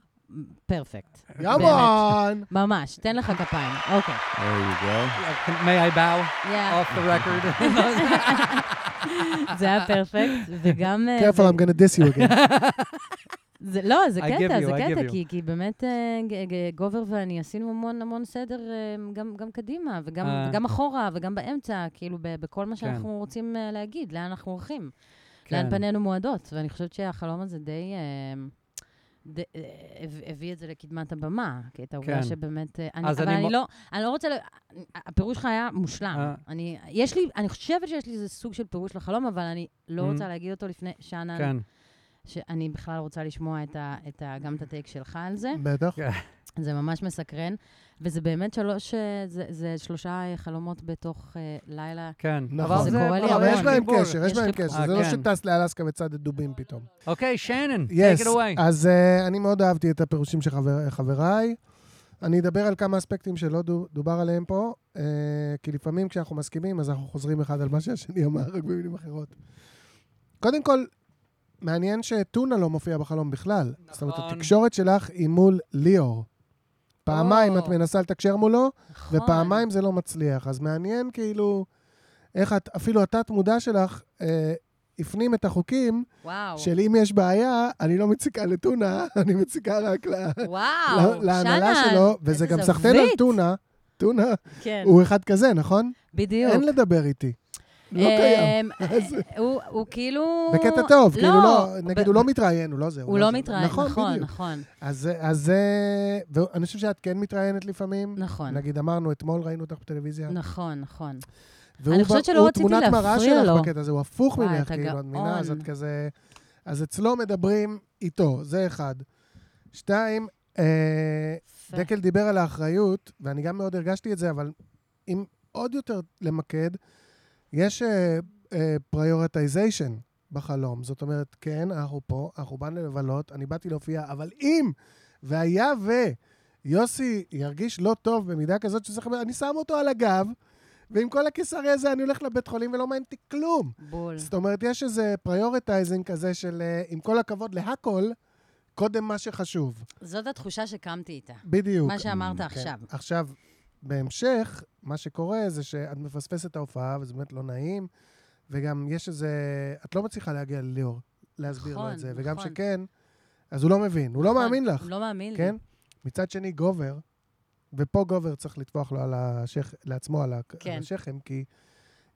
פרפקט, ימון! ממש, תן לך כפיים, אוקיי. There you go. May I bow Yeah, off the record? זה היה פרפקט, וגם... אה, careful, I'm gonna diss you again. זה, לא, זה I give קטע, you, זה I give קטע, you. כי, כי באמת אה, ג- ג- גובר ואני עשינו המון המון סדר אה, גם, גם קדימה, וגם, אה. וגם אחורה, וגם באמצע, כאילו, ב, בכל מה שאנחנו כן. רוצים אה, להגיד, לאן אנחנו הולכים, כן. לאן פנינו מועדות, ואני חושבת שהחלום הזה די... אה, ד- אה, הב- הביא את זה לקדמת הבמה, כי את העובדה כן. שבאמת... אה, אני, אז אבל אני אני, מ- לא, אני לא רוצה... ל- הפירוש שלך היה מושלם. אה. אני, יש לי, אני חושבת שיש לי איזה סוג של פירוש לחלום, אבל אני לא Mhm. רוצה להגיד אותו לפני שאנן כן. שאני בכלל רוצה לשמוע את ה, את ה, גם את הטייק שלך על זה. בטח. זה ממש מסקרן, וזה באמת שלוש, אה, זה, זה שלושה אה, חלומות בתוך אה, לילה. כן. נכון. אבל זה קורה לי אבל אבל המון. יש להם חיבור. קשר, יש יש להם חיבור. קשר. אה, זה לא כן. שטס לאלסקה בצד הדובים פתאום. אוקיי, שיינן, take Yes, it away. אז אה, אני מאוד אהבתי את הפירושים של חבר- חבריי. אני אדבר על כמה אספקטים שלא דו- דובר עליהם פה, אה, כי לפעמים כשאנחנו מסכימים, אז אנחנו חוזרים אחד על מה שהשני אמר, רק במילים אחרות. קודם כל, מעניין שטונה לא מופיע בחלום בכלל. זאת אומרת, נכון. התקשורת שלך היא מול ליאור. פעמיים או. את מנסה לתקשר מולו, נכון. ופעמיים זה לא מצליח. אז מעניין כאילו איך את, אפילו התת-מודע שלך אה, הפנים את החוקים וואו. של אם יש בעיה, אני לא מציקה לטונה, אני מציקה רק ל- וואו, ל- להנהלה שאנן, שלו, וזה איזה גם סחטיין על זווית. טונה, טונה, כן, הוא אחד כזה, נכון? בדיוק. אין לדבר איתי. לא קיים. אמ, הוא- הוא כאילו... בקטע טוב, כאילו לא, נגיד ב- הוא לא מתראיין, הוא לא זה. הוא לא מתראיין, נכון, בדיוק. נכון, אז אז זה... ואני חושב שאת כן מתראיינת לפעמים. נכון. נגיד אמרנו, אתמול ראינו אותך בטלוויזיה. נכון, נכון. והוא אני ב- חושבת שלא רציתי הוא תמונת מראה להפריע לו. שלך בקטע הזה, הוא הפוך וואי, ממך, אתה כאילו, את מבינה? אז את גאון. כזה... אז אצלו מדברים איתו, זה אחד. שתיים, אה, יפה. דקל דיבר על האחריות, ואני גם מאוד הרגשתי את זה, אבל אם עוד יותר למקד, יש פריורטיזיישן בחלום. זאת אומרת, כן, אנחנו פה, אנחנו באנו לבלות, אני באתי להופיע, אבל אם, והיה ו... יוסי ירגיש לא טוב במידה כזאת שצריך... אני שם אותו על הגב, ועם כל הקיסרי הזה אני הולך לבית חולים ולא מעניין אותי כלום. בול. זאת אומרת, יש איזה פריורטייזינג כזה של אה, עם כל הכבוד להכל, קודם מה שחשוב. זאת התחושה שקמתי איתה. בדיוק. מה שאמרת כן. עכשיו. עכשיו, בהמשך, מה שקורה זה שאת מפספסת את ההופעה, וזה באמת לא נעים, וגם יש איזה... את לא מצליחה להגיע לליאור, להסביר לו נכון, את זה, וגם נכון. שכן, אז הוא לא מבין, הוא לא נכון, מאמין לך, הוא לא מאמין לי. כן? מצד שני, גובר, ופה גובר צריך לטפוח לו על השכ... לעצמו על, ה... כן. על השכם, כי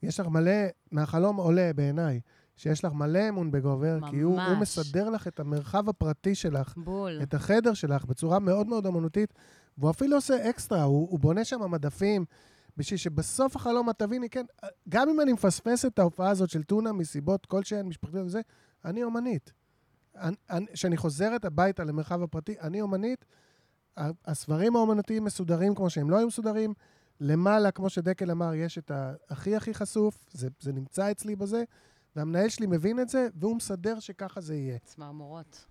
יש לך מלא, מהחלום עולה בעיניי, שיש לך מלא אמון בגובר, כי הוא, הוא ממש. מסדר לך את המרחב הפרטי שלך. בול. את החדר שלך בצורה מאוד מאוד אמנותית, והוא אפילו עושה אקסטרה, הוא, הוא בונה שם מדפים, בשביל שבסוף החלום את תביני, כן, גם אם אני מפספס את ההופעה הזאת של טונה מסיבות כלשהן, משפחתיות וזה, אני אומנית. אני- אני- כשאני חוזרת הביתה למרחב הפרטי, אני אומנית, ה- הספרים האומנותיים מסודרים כמו שהם לא היו מסודרים. למעלה, כמו שדקל אמר, יש את הכי הכי חשוף, זה, זה נמצא אצלי בזה, והמנהל שלי מבין את זה, והוא מסדר שככה זה יהיה. צמרמורות.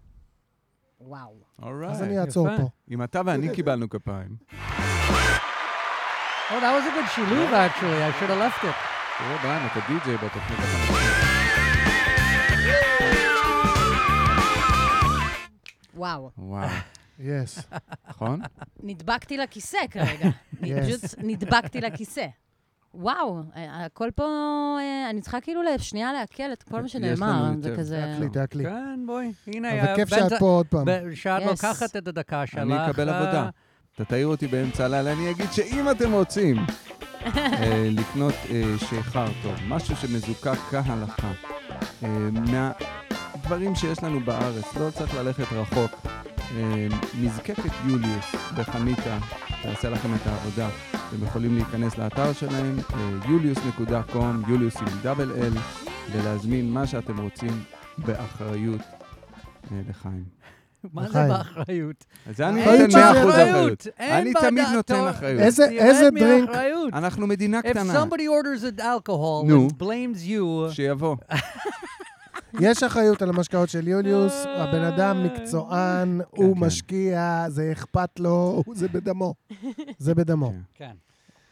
וואו. אז Alright. אני אעצור יפה. פה. אם אתה ואני קיבלנו כפיים, Oh, that was a good shiluv, actually. I should have left it. תראה בעין, אתה די-ג'יי בתוכנית החמישית. וואו. וואו, יס. Yes. נכון? נדבקתי לכיסא כרגע. אני פשוט נדבקתי לכיסא. וואו, אה, הכל פה... אה, אני צריכה כאילו שנייה לעכל את כל מה יש שנאמר. לנו יותר. זה כזה... תקליט, תקליט. כן, בואי. הנה, אבל אה, כיף בן שאת ז- פה עוד פעם. ב- שאת Yes. לוקחת את הדקה שלך. אני אקבל אה, עבודה. אתה תעיר אותי באמצע הלילה, אני אגיד שאם אתם רוצים אה, לקנות אה, שיכר טוב, משהו שמזוקק כהלכה, אה, מהדברים שיש לנו בארץ, לא צריך ללכת רחוק. אה, מזקקת יוליוס בחניתה תעשה לכם את העבודה. אתם יכולים להיכנס לאתר שלהם, אה, julius.com, יוליוס עם דאבל אל, ולהזמין מה שאתם רוצים באחריות אה, לחיים. מה זה לחיים. באחריות? אז זה אני אחריות נותן 100% שזה אחריות. אחריות. אין אני בדעת תמיד נותן תורה. אחריות. איזה- תרד איזה דרינק? מאחריות. אנחנו מדינה If קטנה, somebody orders an alcohol נו. and blames you, שיבוא. יש אחריות על המשקאות של יוליוס, אה. הבן אדם מקצוען, הוא כן. משקיע, זה אכפת לו, הוא- זה בדמו. זה בדמו. כן. כן,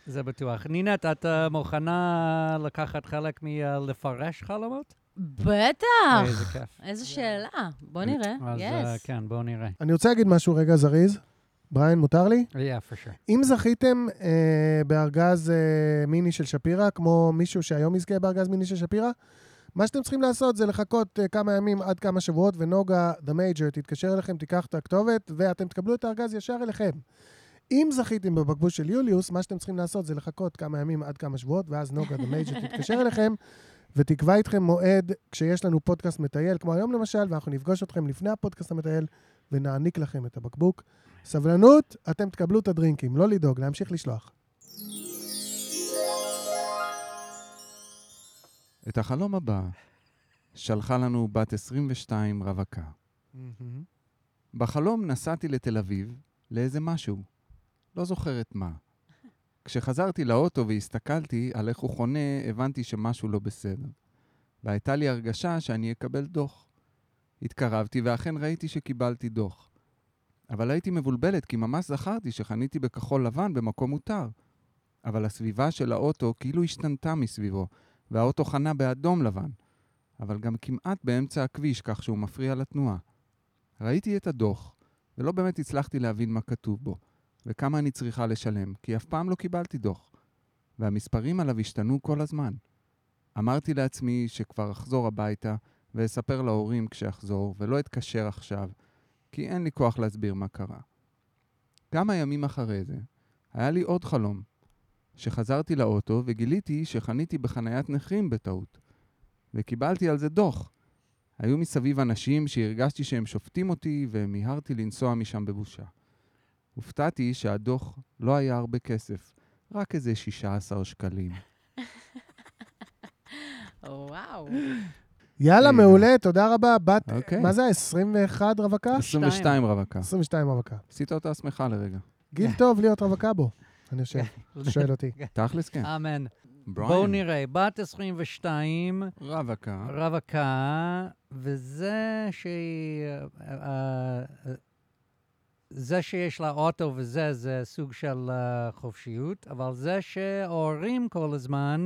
זה בטוח. נינת, את אה, מוכנה לקחת חלק מלפרש חלומות? אה, בטח! איזה כיף. איזו שאלה. בוא נראה. אז אה, יס. כן, בואו נראה. אני רוצה להגיד משהו רגע זריז. בריין, מותר לי? Yeah, for sure. אם זכיתם אה, בארגז אה, מיני של שפירא, כמו מישהו שהיום יזכה בארגז מיני של שפירא, מה שאתם צריכים לעשות זה לחכות אה, כמה ימים עד כמה שבועות, ונוגה, the major, תתקשר אליכם, תיקח את הכתובת, ואתם תקבלו את הארגז ישר אליכם. אם זכיתם בבקבוש של יוליוס, מה שאתם צריכים לעשות זה לחכות כמה ימים עד כמה שבועות, ואז נוגה, the major, תתקשר אליכם, ותקבע איתכם מועד כשיש לנו פודקאסט מטייל, כמו היום למשל, ואנחנו נפגוש אתכם לפני הפודקאסט המטייל, ונעניק לכם את הבקבוק. סבלנות, אתם תקבלו את הדרינקים, לא לדאוג, להמשיך לשלוח. את החלום הבא שלחה לנו בת 22 רווקה. בחלום נסעתי לתל אביב לאיזה משהו, לא זוכרת מה. כשחזרתי לאוטו והסתכלתי על איך הוא חונה, הבנתי שמשהו לא בסדר. והייתה לי הרגשה שאני אקבל דוח. התקרבתי ואכן ראיתי שקיבלתי דוח. אבל הייתי מבולבלת כי ממש זכרתי שחניתי בכחול לבן במקום מותר. אבל הסביבה של האוטו כאילו השתנתה מסביבו, והאוטו חנה באדום לבן, אבל גם כמעט באמצע הכביש כך שהוא מפריע לתנועה. ראיתי את הדוח, ולא באמת הצלחתי להבין מה כתוב בו, וכמה אני צריכה לשלם, כי אף פעם לא קיבלתי דוח. והמספרים עליו השתנו כל הזמן. אמרתי לעצמי שכבר אחזור הביתה, ואספר להורים כשאחזור, ולא אתקשר עכשיו, כי אין לי כוח להסביר מה קרה. כמה ימים אחרי זה, היה לי עוד חלום, שחזרתי לאוטו וגיליתי שחניתי בחניית נכים בטעות, וקיבלתי על זה דוח. היו מסביב אנשים שהרגשתי שהם שופטים אותי, ומיהרתי לנסוע משם בבושה. הופתעתי שהדוח לא היה הרבה כסף, רק איזה 16 שקלים. וואו. יאללה, אה. מעולה, תודה רבה. בת, אוקיי. מה זה, 21 רווקה? 22 רווקה. 22 רווקה. עשית אותה שמחה לרגע. גיל כן. טוב להיות רווקה בו, אני חושב, שואל אותי. תכלס כן. אמן. בואו בריאן, נראה. בת 22, רווקה. רווקה, וזה שהיא... אה, אה, זה שיש לה אוטו וזה, זה סוג של אה, חופשיות, אבל זה שהורים כל הזמן,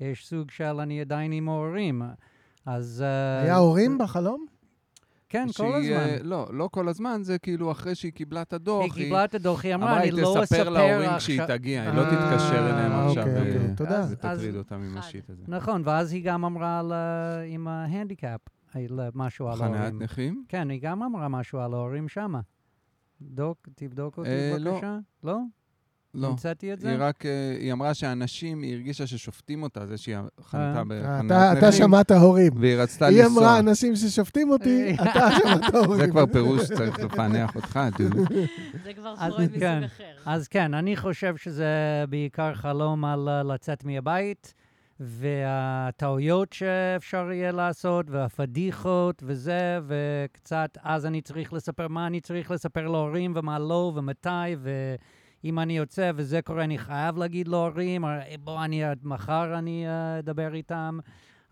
יש סוג של אני עדיין עם הורים. אז... אה, היה הורים בחלום? כן, כל שהיא, הזמן. אה, לא, לא כל הזמן, זה כאילו אחרי שהיא קיבלה את הדוח. היא קיבלה את הדוח, היא אמרה, אמרה, אני היא לא תספר אספר להורים כשהיא עכשיו. תגיע, היא לא אה, תתקשר אליהם עכשיו. אוקיי, אה, אוקיי, תודה. זה אז- תטריד אותם עם אחד. השיט הזה. נכון, ואז היא גם אמרה על, ה- עם ההנדיקאפ, על משהו על חניית ההורים. נכים? כן, היא גם אמרה משהו על ההורים שמה. דוק, תבדוק אותי אה, לא. בבקשה. לא? לא. המצאתי את היא זה? רק, אה, היא אמרה שאנשים, היא הרגישה ששופטים אותה, זה שהיא חנתה אה. אה, בחניית אתה- נכים. אתה שמעת הורים. והיא רצתה היא אמרה, לא לנסוע. אנשים ששופטים אותי, אתה שמעת הורים. זה כבר פירוש שצריך לפענח אותך, דוד. זה כבר אז- פרויד מסוג כן. אחר. אז כן, אני חושב שזה בעיקר חלום על אה, לצאת מהבית, והטעויות שאפשר יהיה לעשות, והפדיחות וזה, וקצת, אז אני צריך לספר מה אני צריך לספר להורים, ומה לא, ומתי, ו... אם אני יוצא וזה קורה, אני חייב להגיד להורים, אה, בוא, אני, אה, מחר אני אה, אדבר איתם.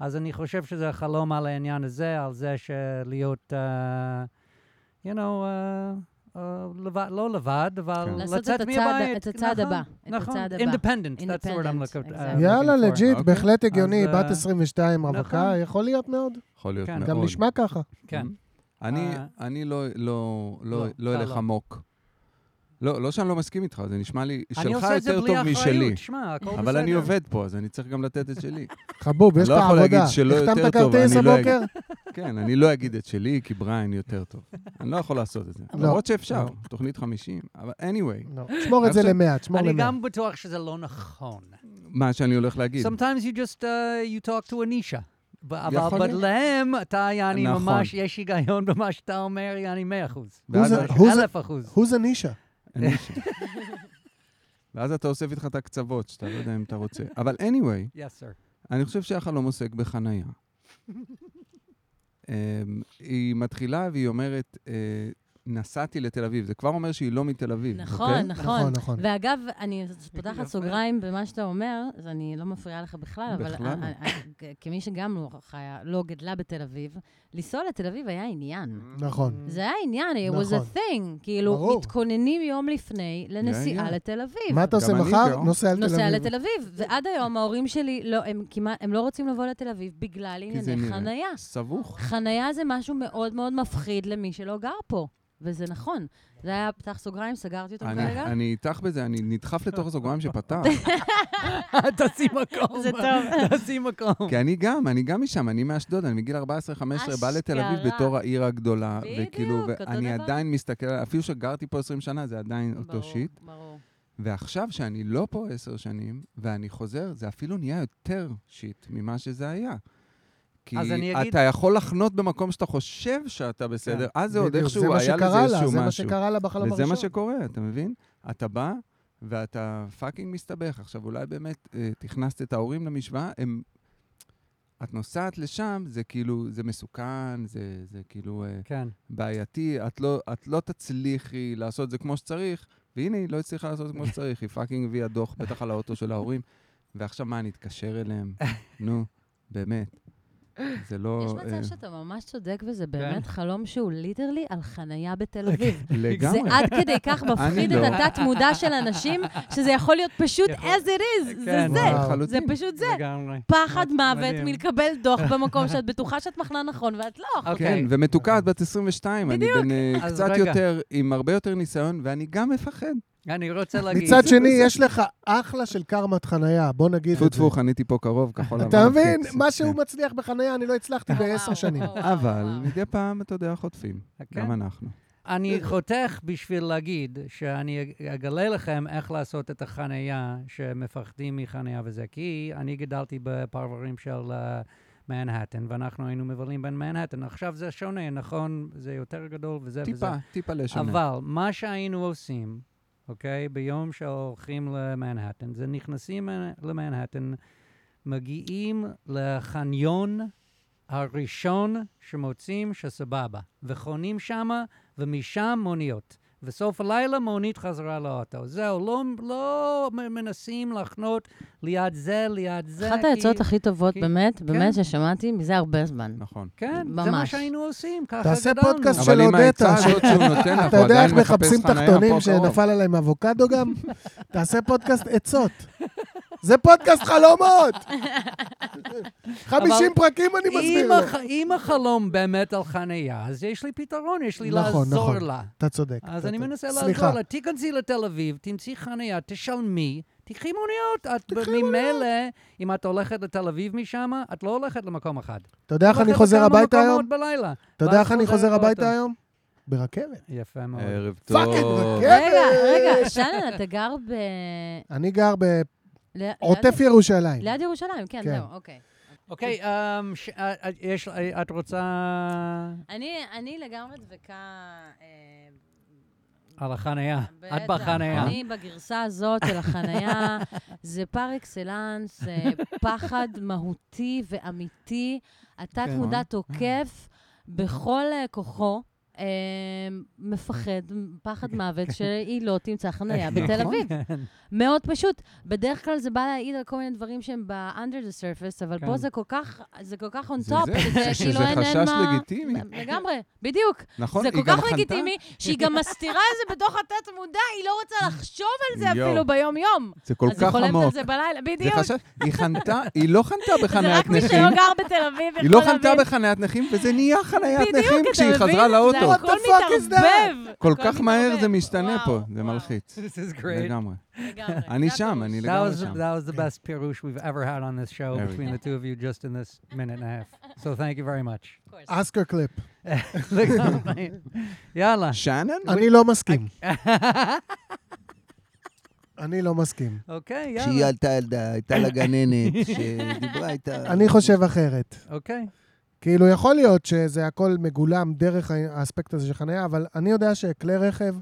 אז אני חושב שזה חלום על העניין הזה, על זה שלהיות, אה, you know, אה, אה, לבד, לא לבד, אבל כן. לצאת לעשות את הצעד- מהבית. את הצעד נכון, הבא, את נכון, הצעד הבא. independent, that's the word I'm Independent, looking exactly. uh, looking יאללה, for. לג'יט, אוקיי. בהחלט הגיוני, אז, בת אה, 22 רווקה, נכון. יכול להיות מאוד. יכול להיות כן. מאוד. גם נשמע ככה. כן. אני, אה. אני לא, לא, לא, לא, לא אתה אלך לא. עמוק. לא, לא שאני לא מסכים איתך, זה נשמע לי, אני שלך עושה את זה יותר בלי טוב משלי. אחריות, שמע, הכל בסדר. אבל אני עובד פה, אז אני צריך גם לתת את שלי. חבוב, יש לך לא יכול עבודה. להגיד שלא יותר החתמת טוב, כרטיס אני לא הבוקר? כן, אני לא אגיד את שלי, כי בריין יותר טוב. אני לא יכול לעשות את זה. לא. למרות שאפשר, לא. תוכנית 50, אבל anyway, לא. תשמור את זה עכשיו- למאה, תשמור אני למאה. גם בטוח שזה לא נכון. מה שאני הולך להגיד. Sometimes you just, uh, you talk to a niche. ב- יכול אבל אבל להיות. להם, אתה, יעני, נכון. ממש, יש היגיון במה שאתה אומר, יעני, 100 אחוז. ואז זה- אני- הוא זה- אלף אחוז. הוא זה נישה. אני ש- ואז אתה אוסף איתך את הקצוות, שאתה לא יודע אם אתה רוצה. אבל anyway, Yes, sir. אני חושב שהחלום עוסק בחנייה. אמ, היא מתחילה והיא אומרת, אה, נסעתי לתל אביב. זה כבר אומר שהיא לא מתל אביב. נכון, אוקיי? נכון, נכון. נכון. ואגב, אני יפה. פותחת סוגריים במה שאתה אומר, אז אני לא מפריעה לך בכלל, אבל בכלל לא. א- א- א- כמי שגם לא חיה, לא גדלה בתל אביב, לנסוע לתל אביב היה עניין. Mm. נכון. זה היה עניין, it was נכון. a thing. כאילו, ברור. מתכוננים יום לפני לנסיעה היה. לתל אביב. מה אתה עושה גם אני מחר? לא. נוסע לתל אביב. נוסע לתל אביב. ועד היום ההורים שלי, לא, הם כמעט, הם לא רוצים לבוא לתל אביב בגלל כי זה ענייני חנייה. נראה סבוך. חנייה זה משהו מאוד מאוד מפחיד למי שלא גר פה, וזה נכון. זה היה פתח סוגריים, סגרתי אותו אני- כרגע. אני איתך בזה, אני נדחף לתוך הסוגריים שפתח. תשים מקום. זה טוב. תשים מקום. כי אני גם, אני גם משם, אני מאשדוד, אני מגיל 14-15 בא לתל אביב אשכרה. בתור העיר הגדולה. בדיוק, וכאילו, אותו ואני דבר. עדיין מסתכל, אפילו שגרתי פה 20 שנה, זה עדיין אותו ברור, שיט. ברור. ועכשיו, שאני לא פה עשר שנים, ואני חוזר, זה אפילו נהיה יותר שיט ממה שזה היה. כי אז אני אגיד- אתה יכול לחנות במקום שאתה חושב שאתה בסדר, אז זה עוד כן, בדיוק, איכשהו היה לזה זה מה שקרה לה, איזשהו זה מה משהו. שקרה לה בחלום וזה הראשון. מה שקורה, אתה מבין? אתה בא ואתה פאקינג מסתבך. עכשיו, אולי באמת אה, תכנסת את ההורים למשוואה, הם... את נוסעת לשם, זה כאילו, זה מסוכן, זה, זה כאילו אה, כן. בעייתי, את לא, את לא תצליחי לעשות את זה כמו שצריך, והנה, היא לא הצליחה לעשות את זה כמו שצריך, היא פאקינג הביאה דוח בטח על האוטו של ההורים, ועכשיו מה, נתקשר אליהם? נו, באמת. זה לא... יש אה, מצב שאתה ממש צודק, וזה באמת חלום שהוא ליטרלי על חנייה בתל אביב. זה כן, לגמרי. עד כדי כך מפחיד את לא. התת-מודע של אנשים, שזה יכול להיות פשוט יכול. as it is, זה כן. זה. וואו. זה לחלוטין. פשוט זה. לגמרי. פחד מוות מדהים. מלקבל דוח במקום שאת בטוחה שאת מחנה נכון ואת לא. כן, אוקיי. ומתוקה, את בת 22. בדיוק. אני בן אה, אז קצת רגע. יותר, עם הרבה יותר ניסיון, ואני גם מפחד. אני רוצה להגיד... מצד שני, יש לך אחלה של קרמת חנייה, בוא נגיד טפו את זה. טפו, חניתי פה קרוב, כחול לבן. אתה מבין? חץ, מה כן. שהוא מצליח בחנייה, אני לא הצלחתי בעשר וואו, שנים. וואו, כן. וואו, אבל וואו. מדי פעם, אתה יודע, חוטפים. אוקיי. גם אנחנו. אני חותך בשביל להגיד שאני אג- אגלה לכם איך לעשות את החנייה שמפחדים מחנייה וזה, כי אני גדלתי בפרברים של אה, מנהטן, ואנחנו היינו מבלים בין מנהטן. עכשיו זה שונה, נכון? זה יותר גדול וזה וזה. טיפה, טיפה לשונה. אבל מה שהיינו עושים, אוקיי, ביום שהולכים למנהטן, זה נכנסים מנ- למנהטן, מגיעים לחניון הראשון שמוצאים שסבבה, וחונים שמה, ומשם מוניות. בסוף הלילה מונית חזרה לאוטו. זהו, לא, לא מ- מנסים לחנות ליד זה, ליד זה. אחת כי- העצות הכי טובות, כי- באמת, כן. באמת, ששמעתי מזה הרבה זמן. נכון. כן, זה מה ממש. שהיינו עושים, ככה גדלנו. תעשה פודקאסט של אבל עם העצה אודטה, ש- הזאת שהוא נותן, אתה אנחנו יודע איך עדיין מחפשים מחפש חניה תחתונים פה קרוב. שנפל עליהם אבוקדו גם? תעשה פודקאסט עצות. זה פודקאסט חלומות! 50 פרקים אני אם, מסביר לו. הח... אם החלום באמת על חנייה, אז יש לי פתרון, יש לי נכון, לעזור נכון. לה. אתה צודק. אז אתה אני צודק. מנסה סליחה, לעזור לה. תיכנסי לתל אביב, תמצאי חנייה, תשלמי, תקחי מוניות. את ממילא, אם את הולכת לתל אביב משם, את לא הולכת למקום אחד. אתה יודע איך אני חוזר הביתה היום? בלילה. אתה יודע ואז איך אני חוזר חוזרת הביתה לאוטו. היום? ברכבת. יפה מאוד. ערב טוב. פאקינג רכבת! רגע, רגע, שלן, אתה גר ב... אני גר ל- בעוטף ליד- ירושלים. ליד ירושלים, כן, כן. זהו, אוקיי. אוקיי, אמ, ש- אה, אה, יש- אה, את רוצה אני, אני לגמרי דבקה... אה, על החנייה. אה, את בטח. בחנייה. אני בגרסה הזאת של החנייה, זה פר אקסלנס, אה, פחד מהותי ואמיתי. התת-מודע נכון. תוקף בכל אה, כוחו. אה, מפחד, פחד מוות, שהיא לא תמצא חניה בתל נכון? אביב. כן. מאוד פשוט. בדרך כלל זה בא להעיד על כל מיני דברים שהם ב-under the surface, אבל כן. פה זה כל כך, זה כל כך on זה top, זה, שזה שזה כאילו אין אין מה... חשש לגיטימי. לגמרי, בדיוק. נכון, זה כל היא גם כך חנתה? לגיטימי, שהיא גם מסתירה את זה בתוך התת-מודע, היא לא רוצה לחשוב על זה יואו. אפילו ביום-יום. זה כל אז היא כך חולמת על עמוק. זה בלילה, זה בדיוק. חשש, היא חנתה, היא לא חנתה זה בחניית רק מי נכים. שלא גר בתל אביב היא לא יכול חנתה להבין. בחניית נכים, וזה נהיה חניית בדיוק, נכים אתה כשהיא מבין? חזרה לאוטו. זה הכל What the fuck is that? מתערבב. כל הכל כך מהר זה מתערבב. משתנה וואו, פה, זה וואו, מלחיץ. This is great. לגמרי. לגמרי, אני זה שם, הפירוש. אני That לגמרי was, שם. that was the best pirouche we've ever had on this show There we between go. the two of you just in this minute and a half. So thank you very much. Of אה? course. אסקר קליפ. לגמרי. אה. יאללה. שנן? אני לא מסכים. אני לא מסכים. אוקיי, יאללה. עלתה ילדה, הייתה לה גננת, שדיברה איתה. אני חושב אחרת. אוקיי. כאילו, יכול להיות שזה הכל מגולם דרך ה- האספקט הזה של חניה, אבל אני יודע שכלי רכב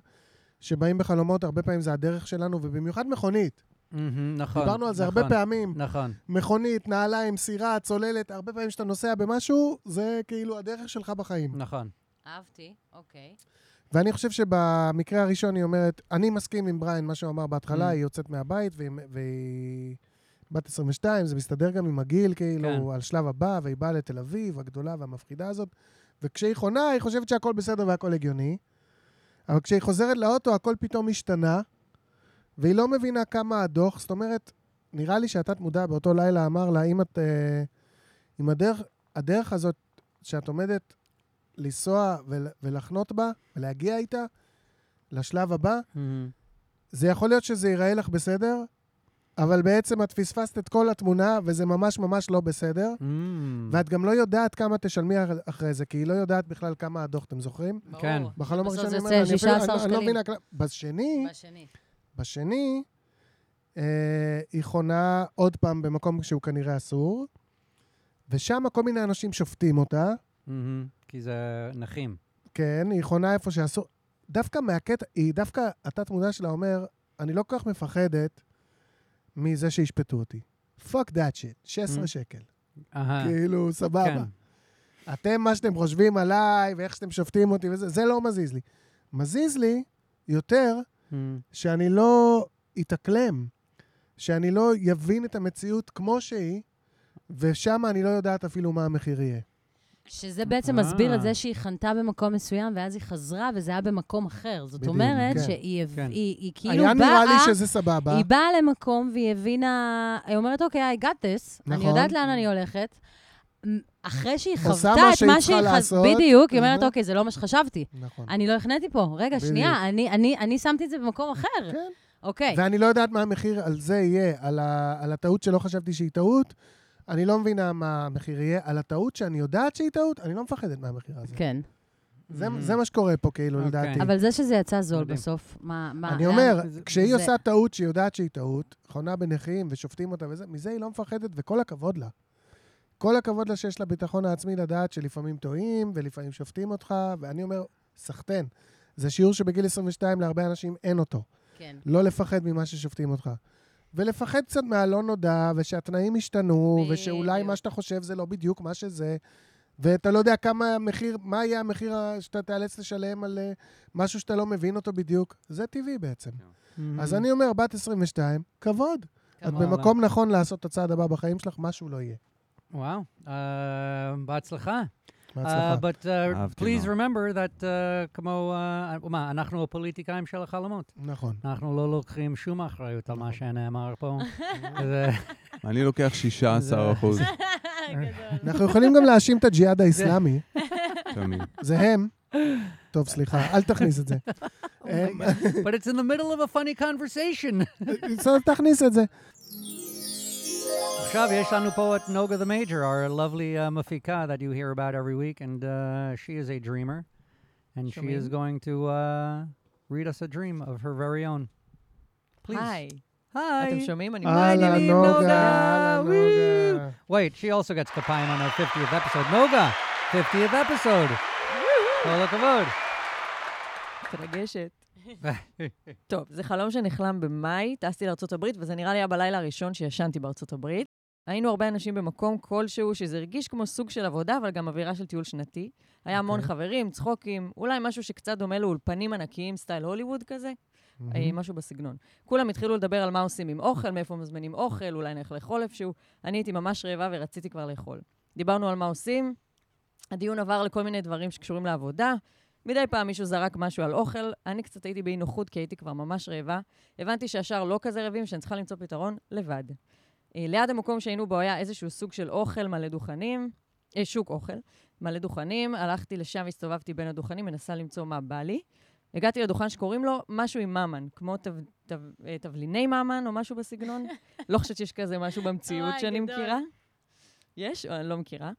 שבאים בחלומות, הרבה פעמים זה הדרך שלנו, ובמיוחד מכונית. מהמם, נכון. דיברנו על זה הרבה נכון, פעמים. נכון. מכונית, נעליים, סירה, צוללת, הרבה פעמים כשאתה נוסע במשהו, זה כאילו הדרך שלך בחיים. נכון. אהבתי, אוקיי. ואני חושב שבמקרה הראשון היא אומרת, אני מסכים עם בריין, מה שהוא אמר בהתחלה, Mm. היא יוצאת מהבית, והיא- והיא בת 22, זה מסתדר גם עם הגיל, כאילו, כן. על שלב הבא, והיא באה לתל אביב, הגדולה והמפחידה הזאת, וכשהיא חונה, היא חושבת שהכל בסדר והכל הגיוני, אבל כשהיא חוזרת לאוטו, הכל פתאום השתנה, והיא לא מבינה כמה הדוח, זאת אומרת, נראה לי שהתת-מודע באותו לילה אמר לה, אם את... אה, אם הדרך, הדרך הזאת שאת עומדת לנסוע ול, ולחנות בה, ולהגיע איתה לשלב הבא, Mm-hmm. מהמם. זה יכול להיות שזה ייראה לך בסדר, אבל בעצם את פספסת את כל התמונה, וזה ממש ממש לא בסדר, Mm. מהמם. ואת גם לא יודעת כמה תשלמי אח- אחרי זה, כי היא לא יודעת בכלל כמה הדוח, אתם זוכרים? ברור. כן. בחלום בסוף הראשון זה אני אומר, יוצא לה, אני אפילו- 16 אני לא- אני לא שקלים. מבינה כלל. בשני, בשני. בשני, אה, היא חונה עוד פעם במקום שהוא כנראה אסור, ושם כל מיני אנשים שופטים אותה, מהמם. כי זה נכים. כן, היא חונה איפה שאסור. דווקא מהקטע, היא דווקא, התת-מודע שלה אומר, אני לא כל כך מפחדת מזה שישפטו אותי. fuck that shit, 16 Mm. שקל. אהה. כאילו, כן. סבבה. אתם, מה שאתם חושבים עליי, ואיך שאתם שופטים אותי וזה, זה לא מזיז לי. מזיז לי יותר מהמם. שאני לא אתאקלם, שאני לא יבין את המציאות כמו שהיא, ושם אני לא יודעת אפילו מה המחיר יהיה. שזה בעצם מסביר אה. את זה שהיא חנתה במקום מסוים, ואז היא חזרה, וזה היה במקום אחר. זאת בדיוק, אומרת כן. שהיא הב- כן. היא- היא כאילו באה... היה נראה לי שזה סבבה. היא באה למקום והיא הבינה, היא אומרת, אוקיי, I got this, נכון. אני יודעת לאן אני הולכת. מ- אחרי שהיא עושה חוותה מה את שהיא מה צריכה שהיא חוותה, לעשות. בדיוק, היא אומרת, אהה. אוקיי, זה לא מה שחשבתי. נכון. אני לא החניתי פה. רגע, בדיוק. שנייה, אני- אני- אני שמתי את זה במקום אחר. כן. אוקיי. ואני לא יודעת מה המחיר על זה יהיה, על, ה, על הטעות שלא חשבתי שהיא טעות. אני לא מבינה מה המחיר יהיה. על הטעות שאני יודעת שהיא טעות, אני לא מפחדת מהמחיר הזה. כן. Mm. זה- Mm-hmm. זה מה שקורה פה, כאילו, אוקיי. לדעתי. אבל זה שזה יצא זול מדהים. בסוף, מה... מה- אני לאן- אומר, זה- כשהיא זה- עושה טעות שהיא יודעת שהיא טעות, חונה בנכים ושופטים אותה וזה, מזה היא לא מפחדת, וכל הכבוד לה. כל הכבוד לה שיש לה ביטחון העצמי לדעת שלפעמים טועים ולפעמים שופטים אותך, ואני אומר, סחטיין. זה שיעור שבגיל 22 להרבה אנשים אין אותו. כן. לא לפחד ממה ששופטים אותך. ולפחד קצת מהלא נודע, ושהתנאים השתנו, ושאולי בדיוק. מה שאתה חושב זה לא בדיוק מה שזה, ואתה לא יודע כמה המחיר, מה יהיה המחיר ה- שאתה תיאלץ לשלם על אה, משהו שאתה לא מבין אותו בדיוק. זה טבעי בעצם. Mm-hmm. כן. אז אני אומר, בת 22, כבוד. את כבוד. במקום נכון לעשות את הצעד הבא בחיים שלך, משהו לא יהיה. וואו, אה, בהצלחה. בהצלחה. Um, Uh, but uh, אהבתי please מאוד. remember that uh, כמו, uh, מה, אנחנו הפוליטיקאים של החלומות. נכון. אנחנו לא לוקחים שום אחריות על מה שנאמר פה. זה- אני לוקח 16 אחוז אנחנו יכולים גם להאשים את הג'יהאד האיסלאמי. תמיד. זה הם. טוב, סליחה, אל תכניס את זה. הם- but it's in the middle of a funny conversation. בסדר, תכניס את זה. עכשיו יש לנו פה את נוגה the Major, our lovely uh, מפיקה that you hear about every week, and uh, she is a dreamer, and she is going to uh, read us a dream of her very own. Please. היי. Hi. אתם שומעים? אני אהלן העניינים, נוגה, נוגה? אהלן וואו. נוגה. Wait, she also gets kapayim on her 50th episode. Noga, 50th episode. כל הכבוד. מתרגשת. טוב, זה חלום שנחלם במאי, טסתי לארה"ב, וזה נראה לי היה בלילה הראשון שישנתי בארצות הברית. היינו הרבה אנשים במקום כלשהו, שזה הרגיש כמו סוג של עבודה, אבל גם אווירה של טיול שנתי. היה המון אוקיי. חברים, צחוקים, אולי משהו שקצת דומה לאולפנים ענקיים, סטייל הוליווד כזה, אה, משהו בסגנון. כולם התחילו לדבר על מה עושים עם אוכל, מאיפה מזמינים אוכל, אולי נלך לאכול איפשהו. אני הייתי ממש רעבה ורציתי כבר לאכול. דיברנו על מה עושים, הדיון עבר לכל מיני דברים שקשורים לעבודה. מדי פעם מישהו זרק משהו על אוכל, אני קצת הייתי באי נוחות כי הייתי כבר ממש רעבה. הבנתי שהשאר לא כזה רעבים, שאני צריכה למצוא פתרון לבד. אה, ליד המקום שהיינו בו היה איזשהו סוג של אוכל מלא דוכנים, אה, שוק אוכל מלא דוכנים. הלכתי לשם, הסתובבתי בין הדוכנים, מנסה למצוא מה בא לי. הגעתי לדוכן שקוראים לו משהו עם ממן, כמו תב, תב, אה, תבליני ממן או משהו בסגנון. לא חושבת שיש כזה משהו במציאות וואי, שאני גדול. מכירה. יש? או אני לא מכירה.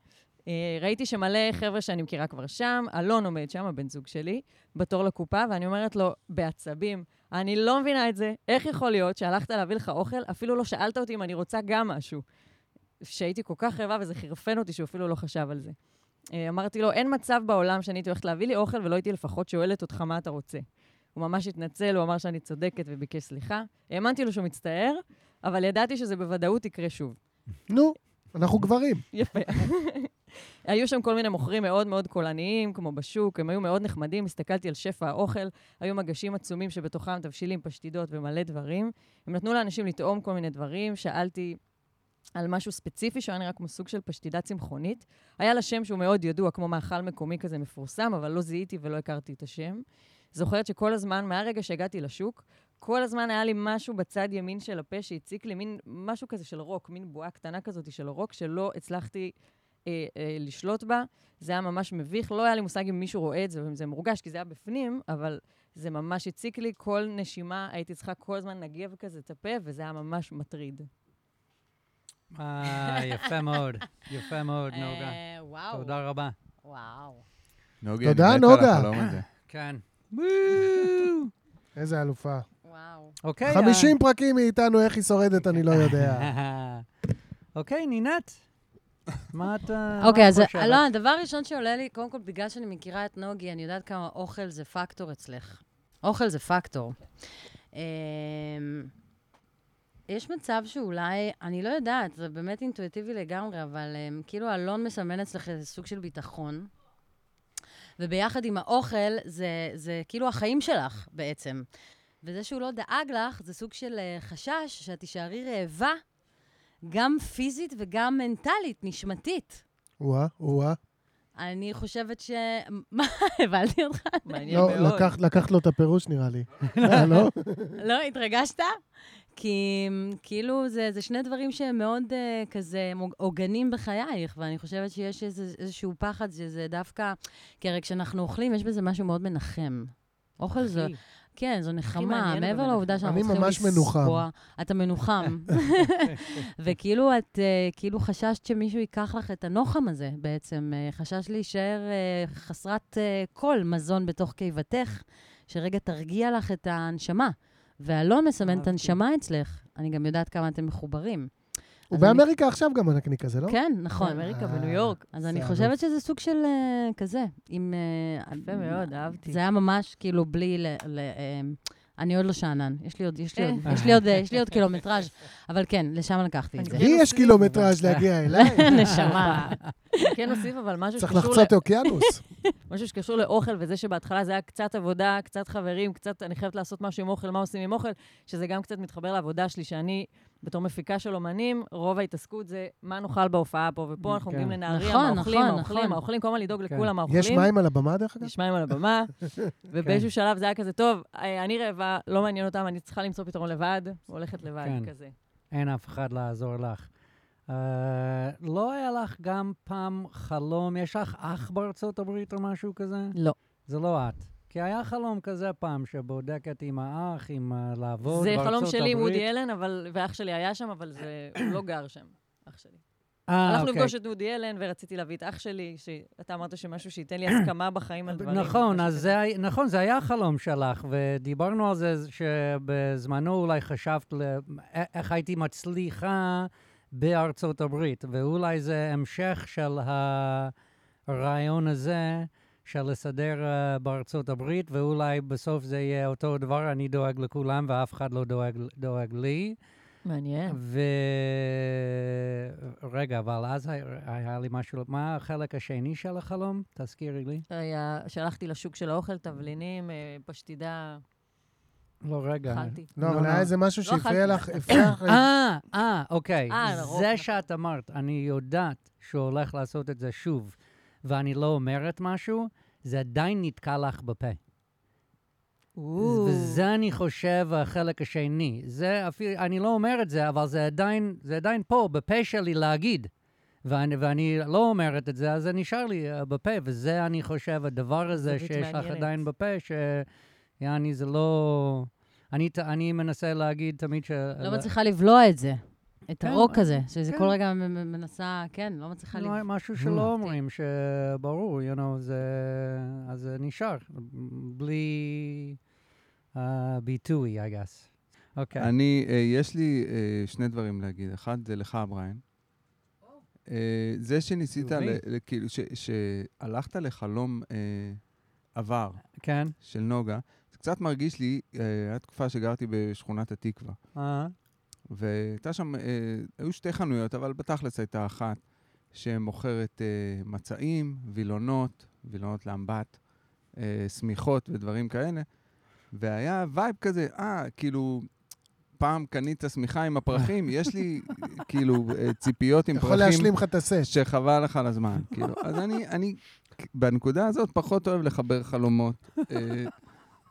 אה, ראיתי שמלא חבר'ה שאני מכירה כבר שם, אלון עומד שם, הבן זוג שלי, בתור לקופה, ואני אומרת לו, בעצבים, אני לא מבינה את זה, איך יכול להיות שהלכת להביא לך אוכל, אפילו לא שאלת אותי אם אני רוצה גם משהו. שהייתי כל כך רעבה וזה חרפן אותי שהוא אפילו לא חשב על זה. אה, אמרתי לו, אין מצב בעולם שאני הייתי הולכת להביא לי אוכל ולא הייתי לפחות שואלת אותך מה אתה רוצה. הוא ממש התנצל, הוא אמר שאני צודקת וביקש סליחה. האמנתי לו שהוא מצטער, אבל ידעתי שזה בוודאות יקרה שוב. נו, אנחנו גברים. יפה. היו שם כל מיני מוכרים מאוד מאוד קולניים, כמו בשוק, הם היו מאוד נחמדים, הסתכלתי על שפע האוכל, היו מגשים עצומים שבתוכם תבשילים, פשטידות ומלא דברים. הם נתנו לאנשים לטעום כל מיני דברים, שאלתי על משהו ספציפי שהיה נראה כמו סוג של פשטידה צמחונית. היה לה שם שהוא מאוד ידוע, כמו מאכל מקומי כזה מפורסם, אבל לא זיהיתי ולא הכרתי את השם. זוכרת שכל הזמן, מהרגע שהגעתי לשוק, כל הזמן היה לי משהו בצד ימין של הפה שהציק לי, מין משהו כזה של רוק, מין בועה קטנה כזאת של רוק, שלא הצלחתי אה, אה, לשלוט בה. זה היה ממש מביך, לא היה לי מושג אם מישהו רואה את זה ואם זה מורגש, כי זה היה בפנים, אבל זה ממש הציק לי. כל נשימה הייתי צריכה כל הזמן להגיב כזה את הפה, וזה היה ממש מטריד. אה, יפה מאוד. יפה מאוד, נוגה. אה, וואו. תודה רבה. וואו. נוגה, תודה, אני מת על נוגה. החלום הזה. כן. איזה אלופה. וואו. אוקיי. אה, 50 פרקים מאיתנו, איך היא שורדת, אני לא יודע. אה, אוקיי, נינת. מה את... אה, מה אוקיי, את אז חושבת? לא, הדבר הראשון שעולה לי, קודם כל, בגלל שאני מכירה את נוגי, אני יודעת כמה אוכל זה פקטור אצלך. אוכל זה פקטור. אמ, יש מצב שאולי, אני לא יודעת, זה באמת אינטואיטיבי לגמרי, אבל אמ, כאילו אלון מסמן אצלך איזה סוג של ביטחון, וביחד עם האוכל, זה, זה כאילו החיים שלך בעצם. וזה שהוא לא דאג לך, זה סוג של אה, חשש שאת תישארי רעבה, גם פיזית וגם מנטלית, נשמתית. וואה, וואה. אני חושבת ש... מה, הבנתי אותך? מעניין לא, מאוד. לקחת- לקחת לו את הפירוש, נראה לי. אה, לא? לא, התרגשת? כי אמ, כאילו, זה, זה שני דברים שהם מאוד אה, כזה מוג- עוגנים בחייך, ואני חושבת שיש איזה, איזשהו פחד שזה דווקא... כי הרי כשאנחנו אוכלים, יש בזה משהו מאוד מנחם. אוכל זה... כן, זו נחמה, מעניין, מעבר אבל לעובדה שאנחנו אני צריכים ממש לסבוע. מנוחם. אתה מנוחם. וכאילו את אה, כאילו חששת שמישהו ייקח לך את הנוחם הזה בעצם. אה, חששת להישאר אה, חסרת אה, כל מזון בתוך קיבתך, שרגע תרגיע לך את הנשמה. ואלון מסמן את אהבתי. הנשמה אצלך. אני גם יודעת כמה אתם מחוברים. הוא אז אני- באמריקה עכשיו גם הנקניק הזה, לא? כן, נכון. באמריקה, אה, בניו יורק. אז אני זה חושבת אלוף. שזה סוג של אה, כזה, עם... אה, יפה מאוד, אהבתי. זה היה ממש כאילו בלי ל... ל אה, אני עוד לא שאנן, יש לי עוד, יש לי עוד, יש לי עוד, אה, יש לי עוד קילומטראז', אבל כן, לשם לקחתי את זה. לי יש קילומטראז' להגיע אליי, נשמה. כן נוסיף, אבל משהו צריך שקשור ל- לחצות אוקיינוס. משהו שקשור לאוכל, וזה שבהתחלה זה היה קצת עבודה, קצת חברים, קצת אני חייבת לעשות משהו עם אוכל, מה עושים עם אוכל, שזה גם קצת מתחבר לעבודה שלי, שאני, בתור מפיקה של אומנים, רוב ההתעסקות זה מה נאכל בהופעה פה, ופה אנחנו כן. מגיעים לנהריה, נכון, מה אוכלים, מה נכון, אוכלים, נכון. מה אוכלים, כל הזמן לדאוג כן. לכולם מה אוכלים. יש מים על הבמה, דרך אגב? יש מים על הבמה, ובאיזשהו שלב זה היה כזה, טוב, אה, אני רעבה, לא מעניין אותם, אני צריכה למצוא פתרון לבד, הולכת לבד, כן. כזה. אין אף אחד לעזור לך. Uh, לא היה לך גם פעם חלום, יש לך אח בארצות הברית או משהו כזה? לא. זה לא את. כי היה חלום כזה פעם, שבודקת עם האח, עם uh, לעבוד זה בארצות הברית. חלום שלי עם וודי אלן, אבל, ואח שלי היה שם, אבל זה, הוא לא גר שם, אח שלי. אה, הלכנו אוקיי. לפגוש את וודי אלן, ורציתי להביא את אח שלי, שאתה אמרת שמשהו שייתן לי הסכמה בחיים על דברים. נכון, משהו אז כזה. זה, היה- נכון, זה היה החלום שלך, ודיברנו על זה שבזמנו אולי חשבת ל- א- איך הייתי מצליחה בארצות הברית, ואולי זה המשך של הרעיון הזה של לסדר אה, בארצות הברית, ואולי בסוף זה יהיה אותו דבר, אני דואג לכולם ואף אחד לא דואג, דואג לי. מעניין. ו... רגע, אבל אז היה, היה לי משהו, מה החלק השני של החלום? תזכירי לי. היה, שלחתי לשוק של האוכל תבלינים, אה, פשטידה, לא, רגע. אכלתי. לא, לא, אבל לא. היה איזה משהו שהפריע אכלתי. לך, הפריע לך, אה, אה, אוקיי. אה, לרוב, זה נכון. שאת אמרת, אני יודעת שהוא הולך לעשות את זה שוב, ואני לא אומרת משהו, זה עדיין נתקע לך בפה. וזה, אני חושב, החלק השני. זה אפילו, אני לא אומר את זה, אבל זה עדיין, זה עדיין פה, בפה שלי להגיד. ואני, ואני לא אומרת את זה, אז זה נשאר לי אה, בפה, וזה, אני חושב, הדבר הזה זווית שיש לך מעניינת. עדיין בפה, ש... יעני, זה לא... אני, ת- אני מנסה להגיד תמיד ש... לא מצליחה לבלוע את זה, את כן, הרוק הזה, שזה כן. כל רגע מ- מ- מנסה, כן, לא מצליחה לא, לבלוע. משהו הבנתי. שלא אומרים, שברור, you know, זה... אז זה נשאר, בלי uh, ביטוי, I guess. אוקיי. אני, אה, יש לי אה, שני דברים להגיד. אחד, זה לך, בריין. אה, זה שניסית, חיובי. ל- ל- כאילו, ש- שהלכת לחלום אה, עבר כן? של נוגה, זה קצת מרגיש לי, אה, הייתה תקופה שגרתי בשכונת התקווה. אה, והייתה שם, אה, היו שתי חנויות, אבל בתכלס הייתה אחת שמוכרת אה, מצעים, וילונות, וילונות לאמבט, אה, שמיכות ודברים כאלה. והיה וייב כזה, אה, כאילו, פעם קנית שמיכה עם הפרחים, יש לי כאילו אה, ציפיות עם יכול פרחים להשלים לך את הסט. שחבל לך על הזמן. כאילו, אז אני, אני בנקודה הזאת פחות אוהב לחבר חלומות אה,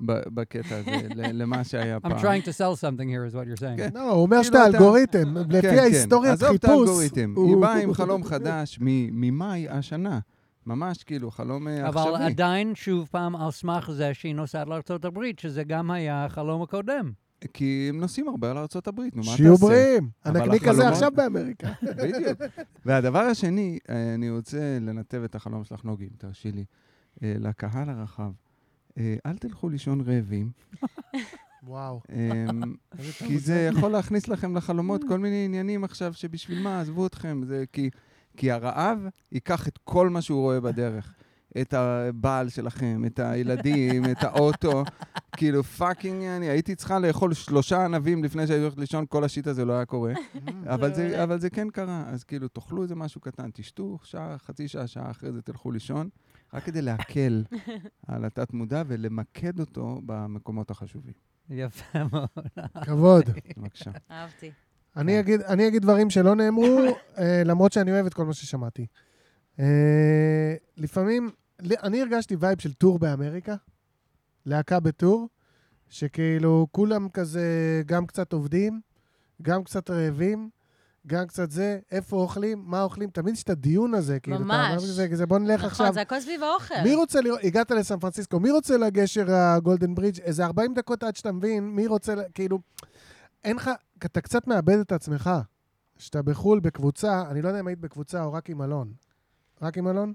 ב- בקטע הזה, ל- למה שהיה פעם. I'm trying to sell something here is what you're saying. כן. לא, הוא אומר כאילו שאתה אתה- אלגוריתם, לפי ההיסטוריית כן, עזוב את חיפוש. האלגוריתם, הוא- היא באה עם חלום חדש מ- ממאי השנה. ממש כאילו חלום אה, אבל עכשווי. עדיין, שוב פעם, על סמך זה שהיא נוסעת לארצות הברית, שזה גם היה החלום הקודם. כי הם נוסעים הרבה לארצות הברית, נו, מה שיהיו תעשה? בריאים, אבל הנקניק הזה החלומות- עכשיו באמריקה. בדיוק. והדבר השני, אה, אני רוצה לנתב את החלום שלך, נוגי, אם תרשי לי, אה, לקהל הרחב. אה, אל תלכו לישון רעבים, וואו. אה, כי זה יכול להכניס לכם לחלומות כל מיני עניינים עכשיו, שבשביל מה, עזבו אתכם, זה כי, כי הרעב ייקח את כל מה שהוא רואה בדרך. את הבעל שלכם, את הילדים, את האוטו, כאילו פאקינג, אני הייתי צריכה לאכול שלושה ענבים לפני שהייתי הולכת לישון, כל השיט הזה לא היה קורה. אמ, אבל, זה, אבל זה כן קרה, אז כאילו, תאכלו איזה משהו קטן, תשתו שעה, חצי שעה, שעה אחרי זה תלכו לישון, רק כדי להקל על התת-מודע ולמקד אותו במקומות החשובים. יפה מאוד. כבוד. בבקשה. אהבתי. כן. אני אגיד, אני אגיד דברים שלא נאמרו, אה, למרות שאני אוהב את כל מה ששמעתי. אה, לפעמים, לי- אני הרגשתי וייב של טור באמריקה, להקה בטור, שכאילו כולם כזה גם קצת עובדים, גם קצת רעבים, גם קצת זה, איפה אוכלים, מה אוכלים, תמיד יש את הדיון הזה, כאילו. אתה אומר ממש. כזה, כזה, בוא נלך נכון, עכשיו. זה הכל סביב האוכל. מי רוצה לראות, הגעת לסן פרנסיסקו, מי רוצה לגשר הגולדן ברידג'? איזה 40 דקות עד שאתה מבין, מי רוצה, ל- כאילו, אין לך, אתה קצת מאבד את עצמך. שאתה בחו"ל, בקבוצה, אני לא יודע אם היית בקבוצה או רק עם אלון. רק עם אלון?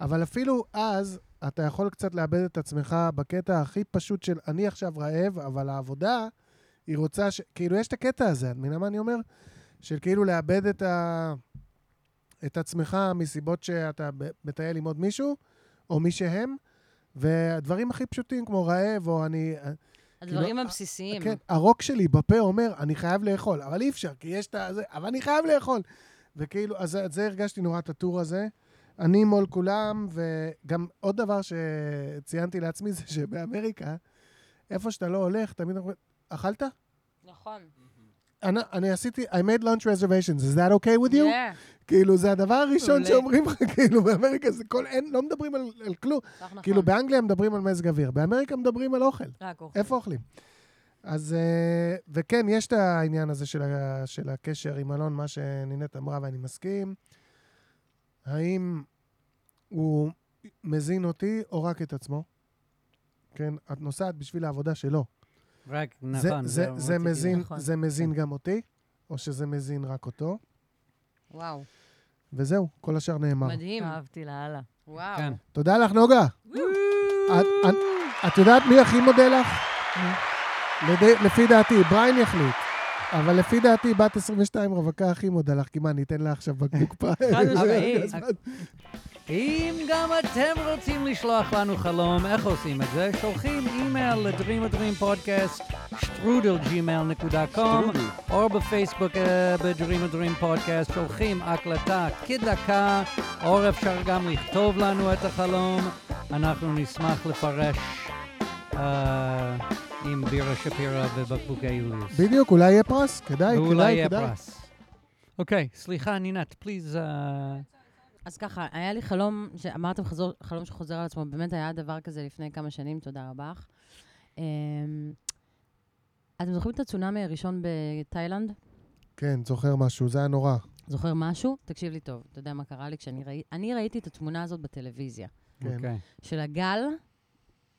אבל אפילו אז, אתה יכול קצת לאבד את עצמך בקטע הכי פשוט של אני עכשיו רעב, אבל העבודה, היא רוצה ש... כאילו, יש את הקטע הזה, את מבינה מה אני אומר? של כאילו לאבד את ה... את עצמך מסיבות שאתה ב- מטייל עם עוד מישהו, או מי שהם, והדברים הכי פשוטים, כמו רעב, או אני... הדברים כאילו, הבסיסיים. כן, הרוק שלי בפה אומר, אני חייב לאכול, אבל אי אפשר, כי יש את ה... זה, אבל אני חייב לאכול. וכאילו, אז את זה הרגשתי נורא את הטור הזה. אני מול כולם, וגם עוד דבר שציינתי לעצמי זה שבאמריקה, איפה שאתה לא הולך, תמיד אומרים, אכלת? נכון. אני, אני עשיתי, I made lunch reservations, is that okay with you? כן, כאילו, זה הדבר הראשון מעולה. שאומרים לך, כאילו, באמריקה זה כל... אין, לא מדברים על, על כלום. כל כך נכון. כאילו, באנגליה מדברים על מזג אוויר, באמריקה מדברים על אוכל. רק אוכל. איפה אוכלים? אז, אה, וכן, יש את העניין הזה של, ה, של הקשר עם אלון, מה שנינת אמרה, ואני מסכים. האם הוא מזין אותי או רק את עצמו? כן, את נוסעת בשביל העבודה שלו. רק, זה, נכון. זה, רציתי זה, מזין, נכון. זה מזין גם אותי, או שזה מזין רק אותו? וואו, וזהו, כל השאר נאמר. מדהים. אהבתי לאללה. וואו. כן. תודה לך, נוגה. את, את, את יודעת מי הכי מודה לך? לדי, לפי דעתי, בריין יחליט. אבל לפי דעתי, בת 22 רווקה הכי מודה לך, כי מה, אני אתן לה עכשיו בקבוק פעם? חד משמעית. אם גם אתם רוצים לשלוח לנו חלום, איך עושים את זה? שולחים אימייל לדרים הדרים פודקאסט, שטרודל ג'ימייל נקודה קום, שטרודל. או בפייסבוק אה, בדרים הדרים פודקאסט, שולחים הקלטה כדקה, או אפשר גם לכתוב לנו את החלום, אנחנו נשמח לפרש אה, עם בירה שפירא ובקבוקי יוליוס. בדיוק, אולי יהיה פרס, כדאי, ואולי כדאי, יהיה כדאי. פרס. אוקיי, סליחה, נינת, פליז... אה, אז ככה, היה לי חלום, שאמרתם חזור, חלום שחוזר על עצמו, באמת היה דבר כזה לפני כמה שנים, תודה רבה. לך. אמ, אתם זוכרים את הצונאמי הראשון בתאילנד? כן, זוכר משהו, זה היה נורא. זוכר משהו? תקשיב לי טוב, אתה יודע מה קרה לי כשאני ראיתי... אני ראיתי את התמונה הזאת בטלוויזיה. כן. אוקיי, של הגל,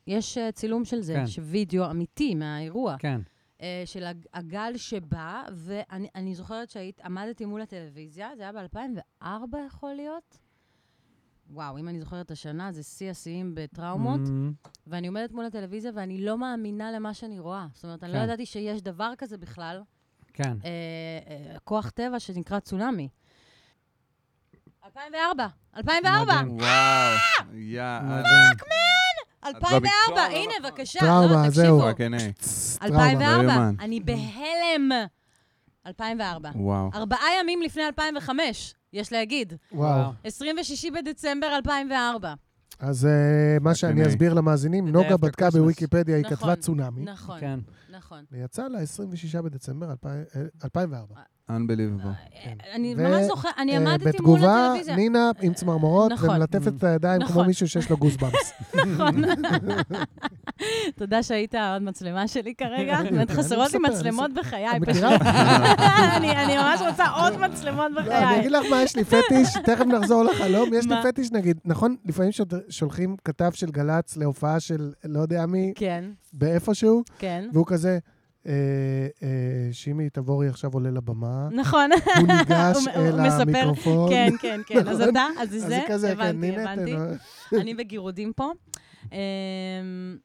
יש אה, צילום של זה, כן. יש וידאו אמיתי מהאירוע. כן. אה, של הג- הגל שבא, ואני אני זוכרת שעמדתי מול הטלוויזיה, זה היה ב-2004 יכול להיות. וואו, אם אני זוכרת את השנה, זה שיא השיאים בטראומות. Mhm. ואני עומדת מול הטלוויזיה ואני לא מאמינה למה שאני רואה. זאת אומרת, אני לא כן. ידעתי שיש דבר כזה בכלל, כן. אה, אה, כוח טבע שנקרא צונאמי. 2004, 2004, מדהים. וואו, אה, יאללה. כן, את 2004, במקצוע, הנה, לא נכון. בבקשה, טראומה, לא, זהו. תקשיבו. רק עיני. לא 2004, יאומן. אני בהלם. 2004. וואו. ארבעה ימים לפני 2005, יש להגיד. וואו. 26 בדצמבר 2004. אז אה, מה שאני הנה. אסביר למאזינים, The day נוגה after בדקה Christmas. בוויקיפדיה, היא נכון. כתבה צונאמי, נכון, כן. נכון. ויצא לה 26 בדצמבר 2000, אה, 2004. Unbelievable. אני כן. ו- ממש זוכרת, אני אה, עמדתי מול בתגובה, הטלוויזיה. נינה עם צמרמורות נכון. ומלטפת את הידיים כמו נכון. מישהו שיש לו גוסבאמס. נכון. תודה שהיית עוד מצלמה שלי כרגע. באמת אני חסרות לי מספר, אני מצלמות בחיי, את פשוט. מכירה? אני אני ממש רוצה עוד מצלמות לא, אני בחיי. אגיד לך מה, יש לי פטיש, תכף נחזור לחלום, יש לי מה? פטיש נגיד, נכון, לפעמים שוד- שולחים כתב של גל"צ להופעה של לא יודע מי, כן, באיפשהו, כן. והוא כזה, אה, אה, שימי תבורי עכשיו עולה לבמה, נכון. הוא ניגש הוא- הוא אל מספר, המיקרופון. כן, כן, כן. אז נכון? אתה, אז זה, אז זה כזה, כן, הבנתי, נינת, הבנתי. אה, אני בגירודים פה. אמ,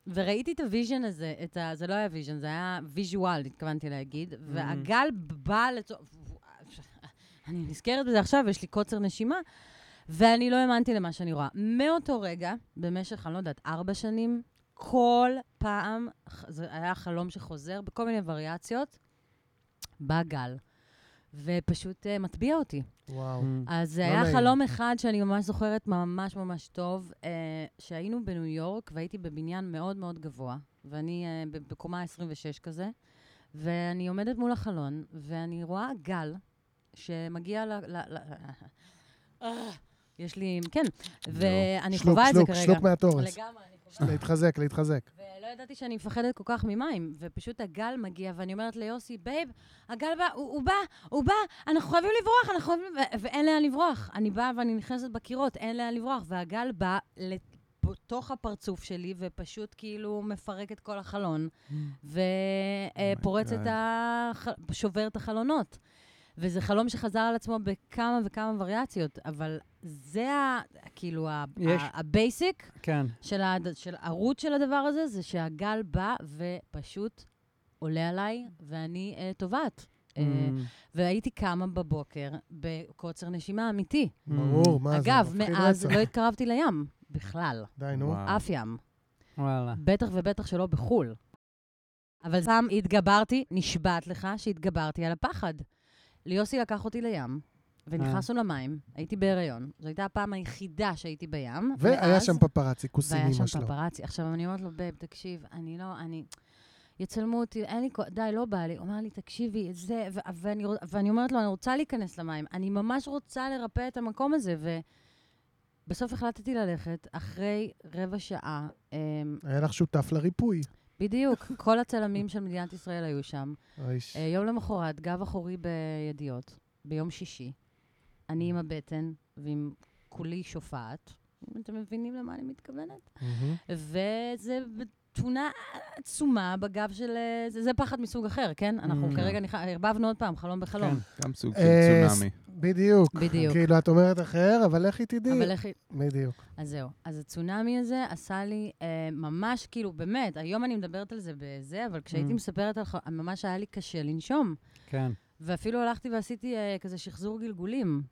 וראיתי את הוויז'ן הזה, את ה... זה לא היה ויז'ן, זה היה ויז'ואל, התכוונתי להגיד, והגל בא לצורך... אני נזכרת בזה עכשיו, יש לי קוצר נשימה, ואני לא האמנתי למה שאני רואה. מאותו רגע, במשך, אני לא יודעת, ארבע שנים, כל פעם, ח- זה היה חלום שחוזר בכל מיני וריאציות, בא גל, ופשוט אה, מטביע אותי. וואו. אז זה לא היה נעים. חלום אחד שאני ממש זוכרת ממש ממש טוב, אה, שהיינו בניו יורק והייתי בבניין מאוד מאוד גבוה, ואני אה, ב- בקומה 26 כזה, ואני עומדת מול החלון, ואני רואה גל שמגיע ל... ל, ל אה, יש לי... כן, ואני שלוק, חווה את זה שלוק, כרגע. שלוק מהתורס. לגמרי, אני חווה. להתחזק, להתחזק. ולא ולא ידעתי שאני מפחדת כל כך ממים, ופשוט הגל מגיע, ואני אומרת ליוסי, בייב, הגל בא, הוא, הוא בא, הוא בא, אנחנו חייבים לברוח, אנחנו חייבים... ו- ואין לאן לברוח. אני באה ואני נכנסת בקירות, אין לאן לברוח, והגל בא לתוך הפרצוף שלי, ופשוט כאילו מפרק את כל החלון, Mm. Oh my ופורץ God. את ה... ח- שובר את החלונות. וזה חלום שחזר על עצמו בכמה וכמה וריאציות, אבל זה ה... כאילו ה... יש. ה- הבייסיק. כן. של, הד... של ערוץ של הדבר הזה, זה שהגל בא ופשוט עולה עליי, ואני אה, טובעת. אה, Mm. Mm, והייתי קמה בבוקר בקוצר נשימה אמיתי. ברור, מה זה? אגב, מפחיד מאז רצח. לא התקרבתי לים בכלל, די, אה, נו. וואו. אף ים. וואלה. בטח ובטח שלא בחו"ל. אבל פעם התגברתי, נשבעת לך שהתגברתי על הפחד. ליוסי לקח אותי לים, אה. ונכנסנו למים, הייתי בהיריון. זו הייתה הפעם היחידה שהייתי בים. והיה מאז- שם פפרצי, כוסים והיה אימא שם שלו. פפרצי. עכשיו, אני אומרת לו, בייב, תקשיב, אני לא, אני... יצלמו אותי, אין לי כוח, די, לא בא לי. הוא אמר לי, תקשיבי, זה... ו- ואני, רוצ- ואני אומרת לו, אני רוצה להיכנס למים. אני ממש רוצה לרפא את המקום הזה. ובסוף החלטתי ללכת, אחרי רבע שעה, אמ, היה לך שותף לריפוי. בדיוק, כל הצלמים של מדינת ישראל היו שם. אויש. אה, יום למחרת, גב אחורי בידיעות, ביום שישי. אני עם הבטן ועם כולי שופעת. אם אתם מבינים למה אני מתכוונת? מהמם. וזה תמונה עצומה בגב של... אה, זה, זה פחד מסוג אחר, כן? אנחנו Mm. כרגע נכ... ערבבנו עוד פעם, חלום בחלום. גם סוג של אה, צונאמי. בדיוק. בדיוק. כאילו, את אומרת אחר, אבל לכי אבל תדעי. איך... בדיוק. אז זהו. אז הצונאמי הזה עשה לי אה, ממש, כאילו, באמת, היום אני מדברת על זה בזה, אבל כשהייתי Mm. מספרת על ח... ממש היה לי קשה לנשום. כן. ואפילו הלכתי ועשיתי אה, כזה שחזור גלגולים.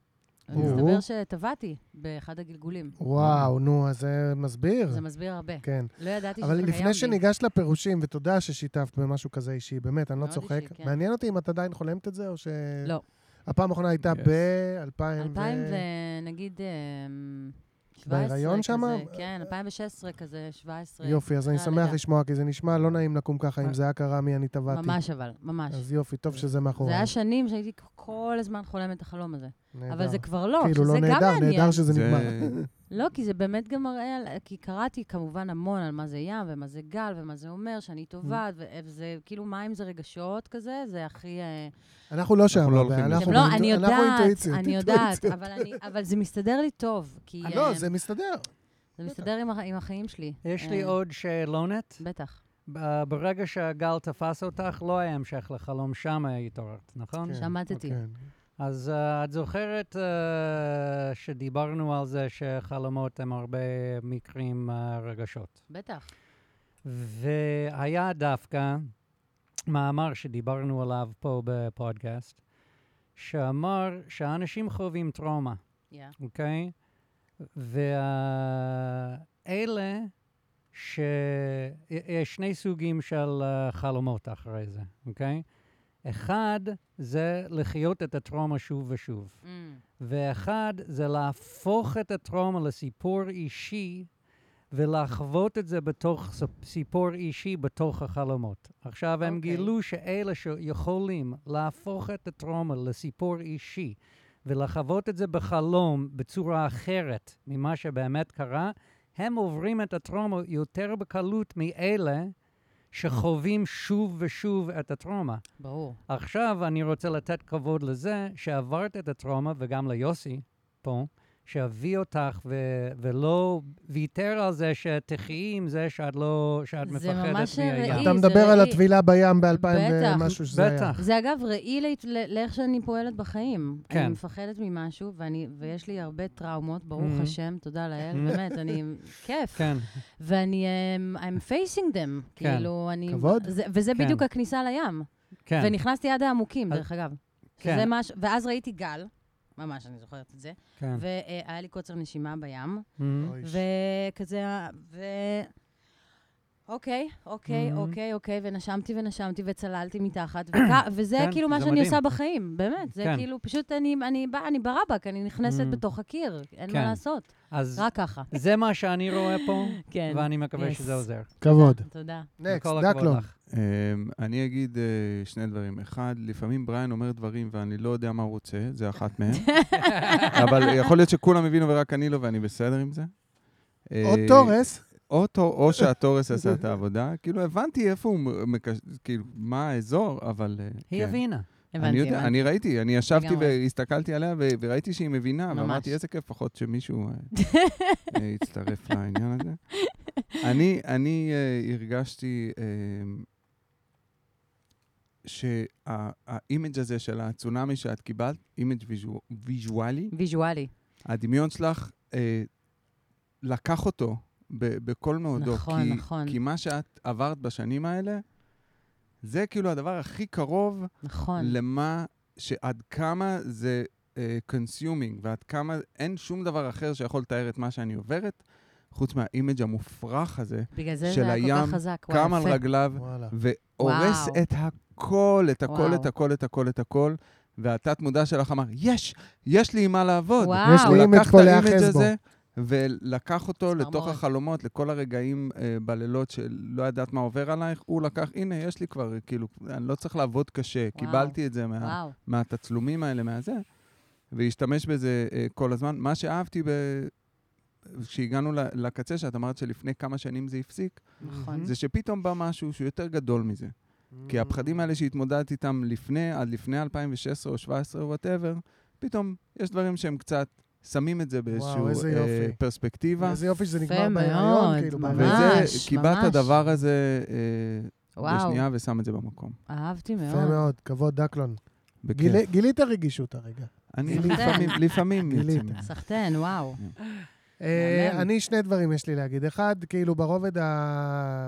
או. מסתבר שטבעתי באחד הגלגולים. וואו, נו, אז זה מסביר. אה. זה מסביר הרבה. כן. לא ידעתי שזה אבל קיים לפני בי. שניגש לפירושים, ותודה ששיתפת במשהו כזה אישי, באמת, אני לא מאוד צוחק. אישי, כן. מעניין אותי אם את עדיין חולמת את זה, או ש... לא. הפעם האחרונה הייתה Yes. ב-2000 2000 ו... ונגיד... אה, אמ, 17 בהיריון כזה, שמה? כן, 2016 כזה, 17. יופי, אז אני אחרי שמח הלידה. לשמוע, כי זה נשמע לא נעים לקום ככה, אם מה- זה היה קרה מי אני טבעתי. ממש אבל, ממש. אז יופי, טוב שזה מאחורי. זה היה שנים שהייתי כל הזמן חולמת את החלום הזה. נהדר. אבל זה כבר לא, כאילו, שזה לא גם נהדר, מעניין. נהדר שזה נגמר. לא, כי זה באמת גם מראה, על- כי קראתי כמובן המון על מה זה ים ומה זה גל ומה זה אומר, שאני Mm. טובעת, ו- וזה כאילו מים זה רגשות כזה, זה הכי... אה, אנחנו לא שם, לא אבל הולכים אנחנו אתם לא, באינטו- אני אנחנו יודעת, אינטואיציות. לא, אני יודעת, אינטואיציות. אבל אני- אבל זה מסתדר לי טוב, כי אה, לא, זה מסתדר. זה מסתדר עם הח- עם החיים שלי. יש לי אה, עוד שאלונת. בטח. ב- אה, ברגע שהגל תפס אותך, לא היה המשך לחלום, שם התעוררת, נכון? כן, שמטתי. כן. אז אה, את זוכרת אה, שדיברנו על זה שחלומות הם הרבה מקרים אה, רגשות. בטח. והיה דווקא מאמר שדיברנו עליו פה בפודקאסט, שאמר שאנשים חווים טראומה, אוקיי? ואלה ש... יש שני סוגים של אה, חלומות אחרי זה, אוקיי? אחד זה לחיות את הטראומה שוב ושוב. Mm. ואחד זה להפוך את הטראומה לסיפור אישי ולחוות את זה בתוך ס- סיפור אישי בתוך החלומות. עכשיו, הם אוקיי. גילו שאלה שיכולים להפוך את הטראומה לסיפור אישי ולחוות את זה בחלום בצורה אחרת ממה שבאמת קרה, הם עוברים את הטראומה יותר בקלות מאלה שחווים שוב ושוב את הטראומה. ברור. עכשיו אני רוצה לתת כבוד לזה שעברת את הטראומה, וגם ליוסי פה, שהביא אותך ו- ולא ויתר על זה שתחי עם זה שאת לא, שאת זה מפחדת ממש מהים. ראי. אתה זה מדבר על ראי. הטבילה בים ב-2000 בטח, ומשהו שזה היה. בטח. זה אגב ראי לת- ל- לאיך שאני פועלת בחיים. כן. אני מפחדת ממשהו, ואני, ויש לי הרבה טראומות, ברוך Mhm. השם, תודה לאל, באמת, אני... כיף. כן, ואני... אמ, I'm facing them. כן. כאילו, אני... כבוד. זה- וזה כן. בדיוק הכניסה לים. כן. ונכנסתי עד העמוקים, אז- דרך אגב. כן. שזה משהו... ואז ראיתי גל, ממש, אני זוכרת את זה, כן. והיה לי קוצר נשימה בים. Mm. אוי, ש- וכזה, ה- ו... אוקיי, אוקיי, Mhm. אוקיי, אוקיי, ונשמתי ונשמתי וצללתי מתחת, וכ- וזה כן, כאילו מה זה שאני מדהים. עושה בחיים, באמת. זה כן. כאילו, פשוט אני, אני, באה- אני ברבק, אני נכנסת Mhm. בתוך הקיר, אין כן. מה לעשות, אז רק ככה. זה מה שאני רואה פה, כן. ואני מקווה Yes. שזה עוזר. כבוד. תודה. נקסט, וכל הכבוד דקלון. לך. אמ, אני אגיד אה, שני דברים. אחד, לפעמים בריין אומר דברים ואני לא יודע מה הוא רוצה, זה אחת מהם. אבל יכול להיות שכולם הבינו ורק אני לא, ואני בסדר עם זה. אה, עוד תורס. או, תור, או שהתורס עשה את העבודה, כאילו הבנתי איפה הוא מקש... כאילו, מה האזור, אבל... אה, היא כן. הבינה. אני הבנתי, יודע, הבנתי. אני ראיתי, אני ישבתי לגמרי. והסתכלתי עליה ו- וראיתי שהיא מבינה, ממש. ואמרתי, איזה כיף פחות שמישהו אה, אה, יצטרף לעניין הזה. אני, אני אה, הרגשתי אה, שהאימג' הזה של הצונאמי שאת קיבלת, אימג' ויז'ו- ויז'ואלי, ויז'ואלי. הדמיון שלך אה, לקח אותו ב- בכל מאודו. נכון, כי, נכון. כי מה שאת עברת בשנים האלה, זה כאילו הדבר הכי קרוב נכון. למה שעד כמה זה אה, consuming, ועד כמה אין שום דבר אחר שיכול לתאר את מה שאני עוברת, חוץ מהאימג' המופרך הזה, בגלל זה של זה היה כל הים, כך חזק. וואי, קם על יפה. רגליו, וואלה. והורס וואו. את הכל, את הכל, וואו. את הכל, את הכל, את הכל. והתת-מודע שלך אמר, יש, יש לי עם מה לעבוד. וואו. יש לי הוא אימג' לקח את פה האימג' להיאחז בו. הזה, ולקח אותו צמרמורת. לתוך החלומות, לכל הרגעים אה, בלילות שלא ידעת מה עובר עלייך, הוא לקח, הנה, יש לי כבר, כאילו, אני לא צריך לעבוד קשה, קיבלתי את זה מה, וואו. מהתצלומים האלה, מהזה, והשתמש בזה אה, כל הזמן. מה שאהבתי ב... כשהגענו ל- לקצה, שאת אמרת שלפני כמה שנים זה הפסיק, Mm-hmm. נכון. זה שפתאום בא משהו שהוא יותר גדול מזה. כי הפחדים האלה שהתמודדת איתם לפני, עד לפני 2016 או 2017 או וואטאבר, פתאום יש דברים שהם קצת שמים את זה באיזשהו אה, איזה יופי. פרספקטיבה. איזה יופי שזה יפה נגמר בהיריון, מאוד, כאילו, ממש. בהיריון. וזה, קיבלת ממש. הדבר הזה אה, וואו, בשנייה ושם את זה במקום. אהבתי יפה מאוד. מאוד, כבוד דקלון. בכיף. גילי- גילית רגישות הרגע. אני סחטן. לפעמים, לפעמים יוצא גילית. מזה. סחטיין, וואו. אה, מהמם. אני, שני דברים יש לי להגיד. אחד, כאילו ברובד ה...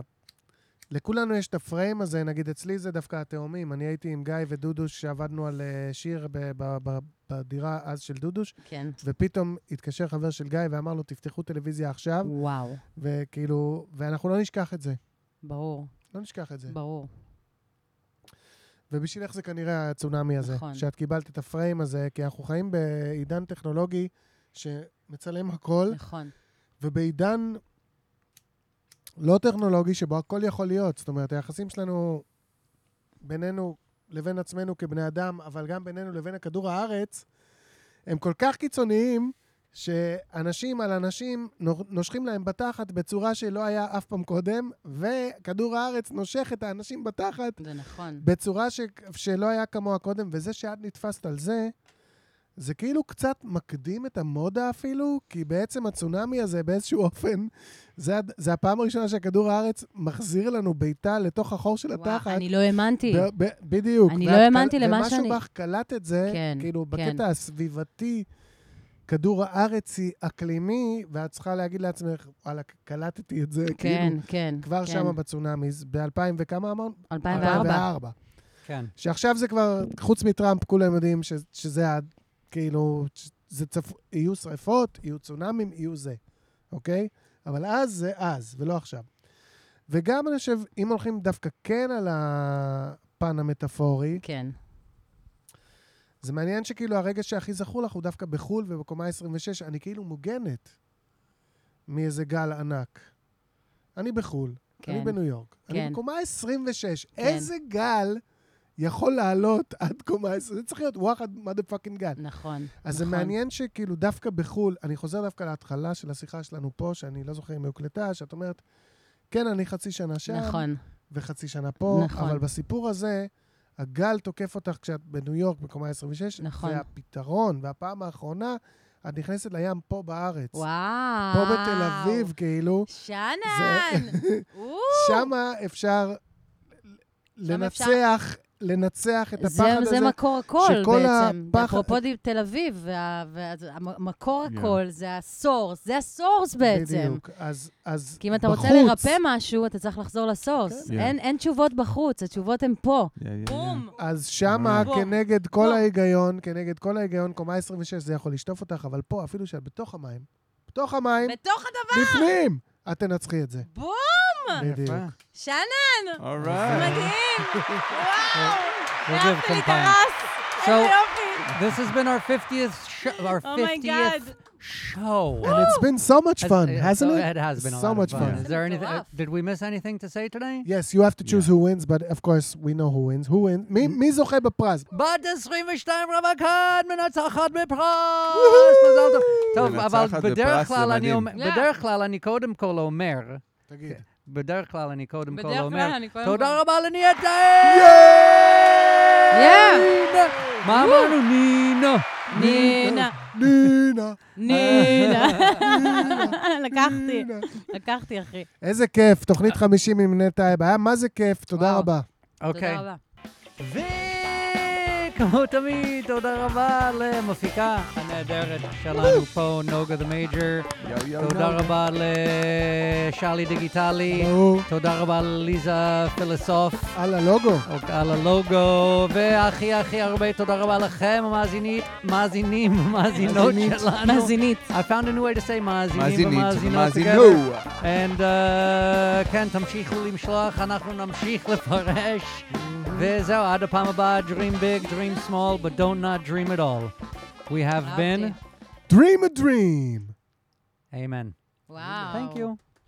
לכולנו יש את הפריים הזה, נגיד אצלי זה דווקא התאומים. אני הייתי עם גיא ודודוש, שעבדנו על אה, שיר ב- ב- ב- בדירה אז של דודוש, כן. ופתאום התקשר חבר של גיא ואמר לו, תפתחו טלוויזיה עכשיו, וואו, וכאילו, ואנחנו לא נשכח את זה. ברור, לא נשכח את זה. ברור. ובשבילך זה כנראה הצונאמי הזה, נכון. שאת קיבלת את הפריים הזה, כי אנחנו חיים בעידן טכנולוגי שמצלם הכל, נכון. ובעידן לא טכנולוגי שבו הכל יכול להיות. זאת אומרת, היחסים שלנו בינינו לבין עצמנו כבני אדם, אבל גם בינינו לבין כדור הארץ, הם כל כך קיצוניים, שאנשים על אנשים נו- נושכים להם בתחת בצורה שלא היה אף פעם קודם, וכדור הארץ נושך את האנשים בתחת זה נכון. בצורה ש... שלא היה כמוה קודם, וזה שאת נתפסת על זה, זה כאילו קצת מקדים את המודה אפילו, כי בעצם הצונאמי הזה באיזשהו אופן, זה, הד- זה הפעם הראשונה שכדור הארץ מחזיר לנו בעיטה לתוך החור של וואו, התחת. אני לא האמנתי. ב- ב- בדיוק. אני ואת לא קל- האמנתי למה שאני- ומשהו בך קלט את זה, כן, כאילו, כן. בקטע הסביבתי, כדור הארץ היא אקלימי, ואת צריכה להגיד לעצמך, וואלה, קלטתי את זה, כן, כאילו, כן. כבר כן. שמה בצונאמי, ב-2000 וכמה אמרנו? 2004. כן. שעכשיו זה כבר, חוץ מטראמפ, כולם יודעים ש, שזה ה... כאילו, ש- זה צפ... יהיו שריפות, יהיו צונאמים, יהיו זה, אוקיי? אבל אז זה אז, ולא עכשיו. וגם אני חושב, אם הולכים דווקא כן על הפן המטאפורי, כן. זה מעניין שכאילו הרגע שהכי זכור לך הוא דווקא בחו"ל ובקומה 26, אני כאילו מוגנת מאיזה גל ענק. אני בחו"ל, כן. אני כן. בניו יורק, כן. אני כן. בקומה 26. כן. איזה גל יכול לעלות עד קומה 26? זה צריך להיות וואחד מדה פאקינג גל. נכון. אז זה נכון. מעניין שכאילו דווקא בחו"ל, אני חוזר דווקא להתחלה של השיחה שלנו פה, שאני לא זוכר אם היא הוקלטה, שאת אומרת, כן, אני חצי שנה שם, נכון. וחצי שנה פה, נכון. אבל בסיפור הזה, הגל תוקף אותך כשאת בניו יורק, בקומה 26, נכון. והפתרון, והפעם האחרונה, את נכנסת לים פה בארץ. וואו. פה בתל אביב, כאילו, שאנן! וואו. שמה אפשר שם אפשר- לנצח, לנצח את זה, הפחד הזה. זה מקור הכל שכל בעצם. הפחד- אפרופו דיב- תל אביב, וה- וה- המ- מקור הכל זה הסורס, זה הסורס בעצם. בדיוק. אז, אז כי אם אתה רוצה בחוץ, לרפא משהו, אתה צריך לחזור לסורס. כן. Yeah. אין, אין תשובות בחוץ, התשובות הן פה. יא, יא, יא. בום! אז שמה, בום. כנגד כל בום. ההיגיון, כנגד כל ההיגיון, קומה 26, זה יכול לשטוף אותך, אבל פה, אפילו שאת בתוך המים, בתוך המים, בתוך הדבר, בפנים, את תנצחי את זה. בום! בדיוק. שאנן! Alright. מדהים! וואו! We'll give הרמת לי some את time. הרס! So- איזה יופי! This has been our 50th sh- our Oh my 50th show. And it's been so much Has- fun, uh, hasn't so it? It has been a So lot of much fun. fun. Is there anything? Mטורף. Did we miss anything to say today? Yes, you have to choose Yeah. who wins, but of course we know who wins. Who wins? מי- מי זוכה בפרס? בת 22 רווקת, מנצחת בפרס! וואו! מזל טוב. טוב, אבל מנצחת בפרס, בדרך זה כלל אני מדהים. אומר, Yeah. בדרך כלל אני קודם כל אומר תגיד. בדרך כלל אני קודם כל בדרך אומר, כלל אני קודם תודה כל- רבה לנהיית נינה! מה אמרנו? נינה! נינה, נינה, נינה. לקחתי, נינה. לקחתי, אחי. איזה כיף, תוכנית 50 עם נטע אב. היה מה זה כיף, תודה וואו. רבה. אוקיי. תודה רבה. וכמו תמיד, תודה רבה למפיקה הנהדרת שלנו פה, נוגה דה מייג'ר. יאו, יאו, תודה יאו. רבה לשרלי דיגיטלי. ברור. תודה רבה לליזה פילוסוף. על הלוגו. או על הלוגו, והכי הכי הרבה תודה רבה לכם, המאזינית, מאזינים, מאזינות מאזינית. לא, שלנו. מאזינית. I found a new way to say מאזינים מאזינית, ומאזינות together. מאזינו. And uh, כן, תמשיכו למשלוח, אנחנו נמשיך לפרש. וזהו, עד הפעם הבאה, dream big, dream small, but don't not dream at all. We have been, Dream a dream. amen. וואו. Thank you.